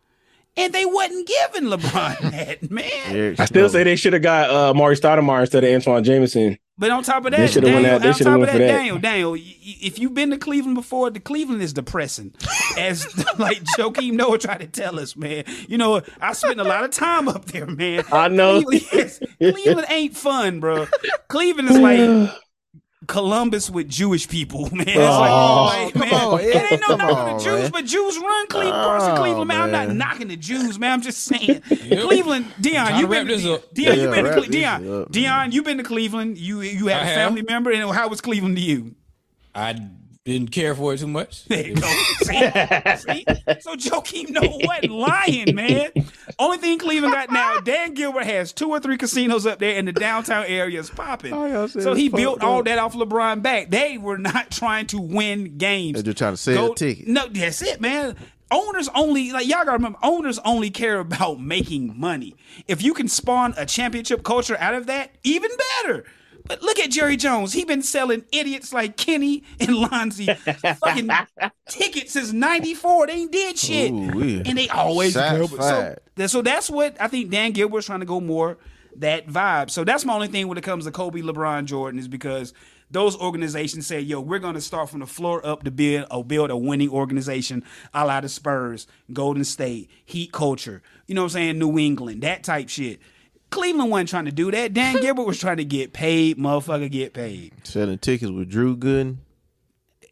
Speaker 2: And they wasn't giving LeBron (laughs) that, man.
Speaker 4: Eric
Speaker 1: I still
Speaker 4: Snow.
Speaker 1: say they should have got uh, Mari Stoudemire instead of Antoine Jameson. (laughs)
Speaker 2: But on top of that,
Speaker 1: They should've went
Speaker 2: Daniel,
Speaker 1: out- they
Speaker 2: on
Speaker 1: should've
Speaker 2: top of
Speaker 1: went
Speaker 2: that,
Speaker 1: for that.
Speaker 2: Daniel, Daniel, y- y- if you've been to Cleveland before, the Cleveland is
Speaker 1: (laughs)
Speaker 2: depressing, as (laughs) like Joakim Noah tried to tell us, man. You know, I spent a lot of time up there, man.
Speaker 1: (laughs) I know.
Speaker 2: Cleveland, yes, Cleveland ain't fun, bro. Cleveland
Speaker 1: (sighs)
Speaker 2: is like Columbus with Jewish people, (laughs) man. It's
Speaker 1: Oh,
Speaker 2: like, like,
Speaker 4: come
Speaker 2: man,
Speaker 4: on,
Speaker 2: it ain't no
Speaker 4: Ed, come
Speaker 2: knock on
Speaker 4: on,
Speaker 2: the Jews,
Speaker 4: man.
Speaker 2: but Jews run Cleveland, parts of
Speaker 4: Oh,
Speaker 2: Cleveland, man. I'm not
Speaker 4: man.
Speaker 2: knocking the Jews, man. I'm just saying, Cleveland, Dion,
Speaker 3: Trying
Speaker 2: you
Speaker 3: to
Speaker 2: been
Speaker 3: wrap this
Speaker 2: to
Speaker 3: up.
Speaker 2: Dion, you
Speaker 4: Yeah,
Speaker 2: been to
Speaker 4: wrap
Speaker 2: Cle-
Speaker 4: this
Speaker 2: Dion,
Speaker 4: up, man.
Speaker 2: Dion, you been to Cleveland. You you
Speaker 3: I
Speaker 2: had a
Speaker 3: have.
Speaker 2: family member, and how was Cleveland to you? (laughs)
Speaker 3: I didn't care for it too much. (laughs)
Speaker 2: There you go. See? See? So Joakim Noah wasn't lying, man. Only thing Cleveland got now, Dan Gilbert has two or three casinos up there, and the downtown area is popping.
Speaker 4: Oh, y'all said
Speaker 2: so he
Speaker 4: it's
Speaker 2: built
Speaker 4: fucked
Speaker 2: all
Speaker 4: up.
Speaker 2: that off LeBron back. They were not trying to win games.
Speaker 4: They're just trying to sell
Speaker 2: Go-
Speaker 4: a ticket.
Speaker 2: No, that's it, man. owners only like y'all gotta remember owners only care about (laughs) making money. If you can spawn a championship culture out of that, even better. But look at Jerry Jones. He been selling idiots like Kenny and Lonzy fucking tickets since '94. They ain't did shit,
Speaker 4: Ooh-wee.
Speaker 2: and they always
Speaker 4: Shots
Speaker 2: Gilbert. So,
Speaker 4: fired.
Speaker 2: that- so that's what I think Dan Gilbert's trying to go more that vibe. So that's my only thing when it comes to Kobe, LeBron, Jordan is because those organizations say, "Yo, we're going to start from the floor up to build a build a winning organization, a la the Spurs, Golden State, Heat culture. You know what I'm saying? New England, that type shit." Cleveland wasn't trying to do that. Dan Gilbert was trying to get paid, motherfucker, get paid.
Speaker 4: Selling tickets with Drew Gooden.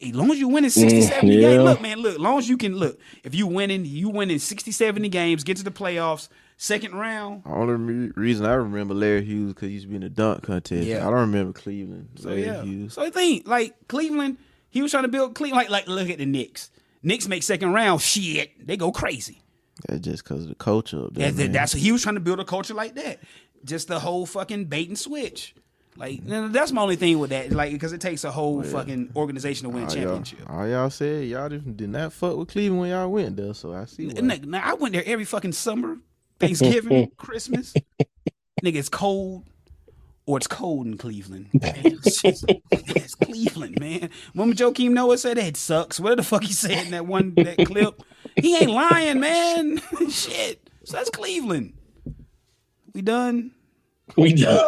Speaker 2: As long as you winning 60, 70
Speaker 4: Mm, yeah.
Speaker 2: games, look, man, look, as long as you can look, if you winning, you winning 60, 70 games, get to the playoffs, second round,
Speaker 4: The only re- reason I remember Larry Hughes because he used to be in the dunk contest.
Speaker 2: Yeah.
Speaker 4: I don't remember Cleveland. Larry
Speaker 2: yeah.
Speaker 4: Oh, Hughes.
Speaker 2: So I think like Cleveland, he was trying to build Cleveland. Like, like look at the Knicks. Knicks make second round. Shit, they go crazy.
Speaker 4: That's just because of the culture up there.
Speaker 2: That's,
Speaker 4: man.
Speaker 2: that's he was trying to build a culture like that. Just the whole fucking bait and switch. Like no, no, that's my only thing with that. Like because it takes a whole
Speaker 4: Mm-hmm. Oh, yeah. Oh,
Speaker 2: fucking organization to win a
Speaker 4: all y'all,
Speaker 2: championship.
Speaker 4: all y'all said y'all just did not fuck with Cleveland when y'all went there. So I see.
Speaker 2: And,
Speaker 4: Why.
Speaker 2: like, now, I went there every fucking summer, Thanksgiving, Christmas. Nigga, it's cold. Or it's cold in Cleveland. Man, it's- it's Cleveland, man. Remember Joakim Noah said that sucks. What the fuck he said in that one that clip? He ain't lying, man. (laughs) Shit. So that's Cleveland. We done.
Speaker 1: We done.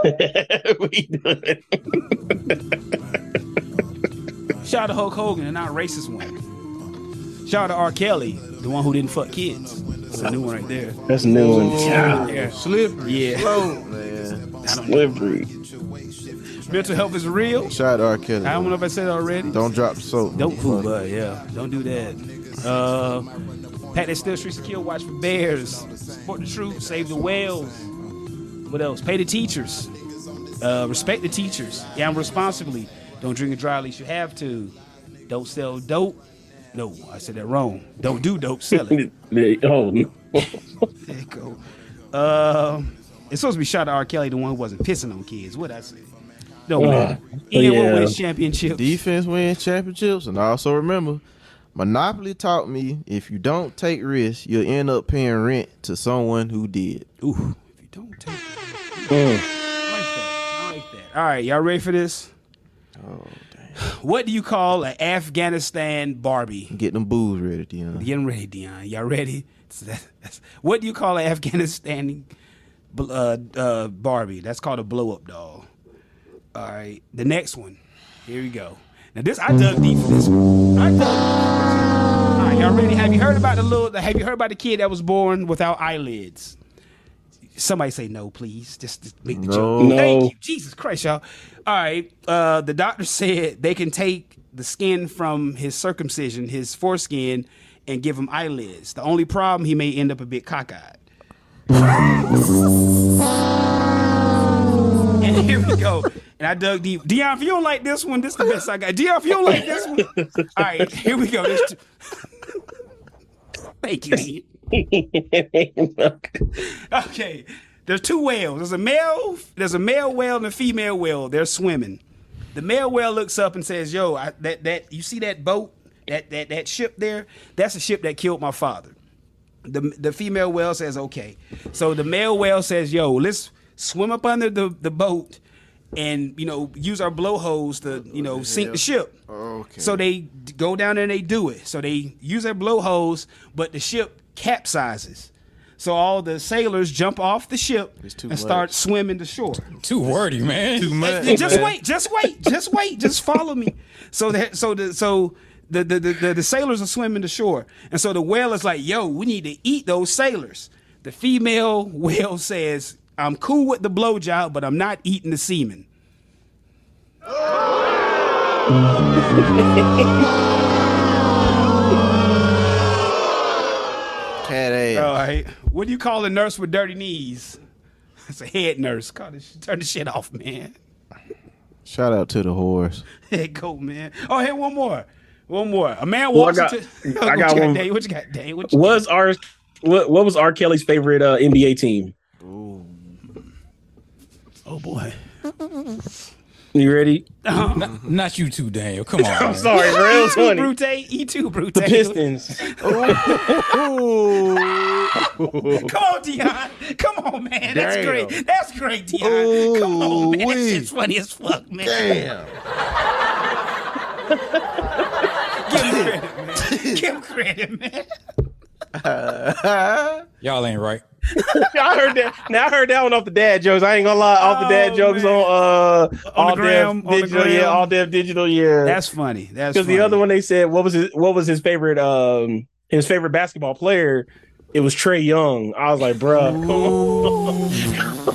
Speaker 1: (laughs) we done.
Speaker 2: Shout out to Hulk Hogan, the not racist one. Shout out to R. Kelly, the one who didn't fuck kids. That's a new one right there.
Speaker 1: That's a new one. Yeah.
Speaker 2: Yeah.
Speaker 4: Slippery.
Speaker 2: Yeah.
Speaker 4: Slow, man.
Speaker 1: Slippery. (laughs)
Speaker 2: Mental health is real.
Speaker 4: Shout out to R. Kelly.
Speaker 2: I don't know if I said it already.
Speaker 4: Don't drop the soap.
Speaker 2: Don't fool,
Speaker 4: motherfucker.
Speaker 2: bud. Yeah, don't do that. Uh, Pat that still streets to kill. Watch for bears. Support the truth. Save the whales. What else? Pay the teachers. Uh, respect the teachers. Gamble responsibly. Don't drink and drive unless you have to. Don't sell dope. No, I said that wrong. Don't do dope. Sell
Speaker 1: (laughs)
Speaker 2: it.
Speaker 1: oh, no.
Speaker 2: There you go. Um, it's supposed to be shot at R. Kelly, the one who wasn't pissing on kids. What I say? Don't
Speaker 1: Uh,
Speaker 2: matter. Ian
Speaker 1: yeah.
Speaker 2: will win championships.
Speaker 4: Defense wins championships, and also remember, Monopoly taught me if you don't take risks, you'll end up paying rent to someone who did.
Speaker 2: Ooh, if you don't take it. I like that. I like that. All right, y'all ready for this? Oh, damn. (sighs) What do you call an Afghanistan Barbie?
Speaker 4: Get them booze ready, Dion.
Speaker 2: Getting ready, Dion. Y'all ready? It's- that's- that's- What do you call an Afghanistan bl- uh, uh, Barbie? That's called a blow up doll. All right, the next one. Here we go. Now this I dug deep for this one. I dug deep for this one. All right, y'all ready? Have you heard about the little? Have you heard about the kid that was born without eyelids? Somebody say no, please. Just, just make the
Speaker 4: No.
Speaker 2: joke.
Speaker 1: No.
Speaker 2: Thank you, Jesus Christ, y'all. All right. Uh, the doctor (laughs) said they can take the skin from his circumcision, his foreskin, and give him eyelids. The only problem, he may end up a bit cockeyed. (laughs) And here we go. And I dug deep. Dion, if you don't like this one, this is the best I got. Dion, if you don't like this one, all right, (laughs) here we go. There's two- (laughs) Thank you. Dion. Okay, there's two whales. There's a male. There's a male whale and a female whale. They're swimming. The male whale looks up and says, "Yo, I, that that you see that boat, that that that ship there? That's the ship that killed my father." the the female whale says okay. So the male whale says, "Yo, let's swim up under the, the boat, and you know use our blowholes to you know sink the ship."
Speaker 4: Okay.
Speaker 2: So they d- go down there and they do it. So they use their blowholes, but the ship capsizes. So all the sailors jump off the ship
Speaker 4: It's too
Speaker 2: and start
Speaker 4: much.
Speaker 2: swimming to shore.
Speaker 3: Too wordy, man. Too
Speaker 4: much.
Speaker 2: Hey, just
Speaker 4: man.
Speaker 2: wait, just wait, just wait, just follow me. So that so the so the the, the the the sailors are swimming to shore, and so the whale is like, "Yo, we need to eat those sailors." The female (laughs) whale says, "I'm cool with the blowjob, but I'm not eating the semen."
Speaker 4: Cat ass.
Speaker 2: All right, what do you call a nurse with dirty knees? (laughs) It's a head nurse. Call this, turn the shit off, man. (laughs)
Speaker 4: Shout out to the horse.
Speaker 2: Hey, go, man. Oh, hey, one more, one more. A man
Speaker 1: Well, I
Speaker 2: walks
Speaker 1: got-
Speaker 2: (laughs) into. Oh,
Speaker 1: I
Speaker 2: what
Speaker 1: got
Speaker 2: you
Speaker 1: one.
Speaker 2: Dave? What you got, Dave? What you
Speaker 1: Was R what what was R. Kelly's favorite uh, NBA team? (laughs)
Speaker 2: Oh boy.
Speaker 1: You ready?
Speaker 3: not, not you too, Daniel. Come on.
Speaker 1: I'm sorry, bro. It was
Speaker 2: (laughs) E2
Speaker 1: funny.
Speaker 2: Brute, E2 Brute.
Speaker 1: The Pistons.
Speaker 2: Come on, Dion. Come on, man. That's
Speaker 4: Damn.
Speaker 2: great. That's great, Dion. Come on, man. That shit's funny as fuck, man.
Speaker 4: (laughs)
Speaker 2: (laughs)
Speaker 4: Damn.
Speaker 2: Give him
Speaker 1: (laughs)
Speaker 2: credit, man. Give him credit, man.
Speaker 3: Y'all ain't right.
Speaker 1: (laughs) I heard that. Now I heard that one off the dad jokes. I ain't gonna lie, off the dad
Speaker 2: Oh,
Speaker 1: jokes
Speaker 2: man.
Speaker 1: on uh
Speaker 2: On the
Speaker 1: all
Speaker 2: gram,
Speaker 1: dev
Speaker 2: on the
Speaker 1: digital,
Speaker 2: gram.
Speaker 1: yeah, all dev digital, yeah.
Speaker 2: That's funny. That's
Speaker 1: because the other one they said what was his what was his favorite um his favorite basketball player it was Trey Young. I was like, bruh, (laughs) come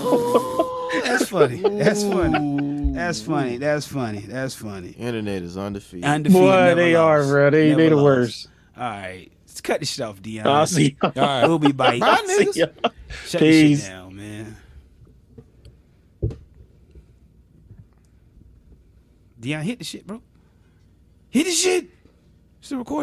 Speaker 1: on.
Speaker 2: That's funny. That's funny. That's funny. That's funny. That's funny.
Speaker 4: Internet is undefeated.
Speaker 2: Undefeated.
Speaker 1: boy,
Speaker 2: never
Speaker 1: they are,
Speaker 2: lost.
Speaker 1: bruh. They
Speaker 2: Never
Speaker 1: they the
Speaker 2: lost.
Speaker 1: worst.
Speaker 2: All right. Let's cut this shit off, Dion.
Speaker 1: I'll see. (laughs) y'all.
Speaker 3: All right.
Speaker 2: We'll be biting.
Speaker 4: Bye,
Speaker 1: See
Speaker 4: niggas.
Speaker 1: y'all.
Speaker 2: Shut this
Speaker 1: Peace.
Speaker 2: shit down, man. Dion, hit the shit, bro. Hit the shit. Still recording.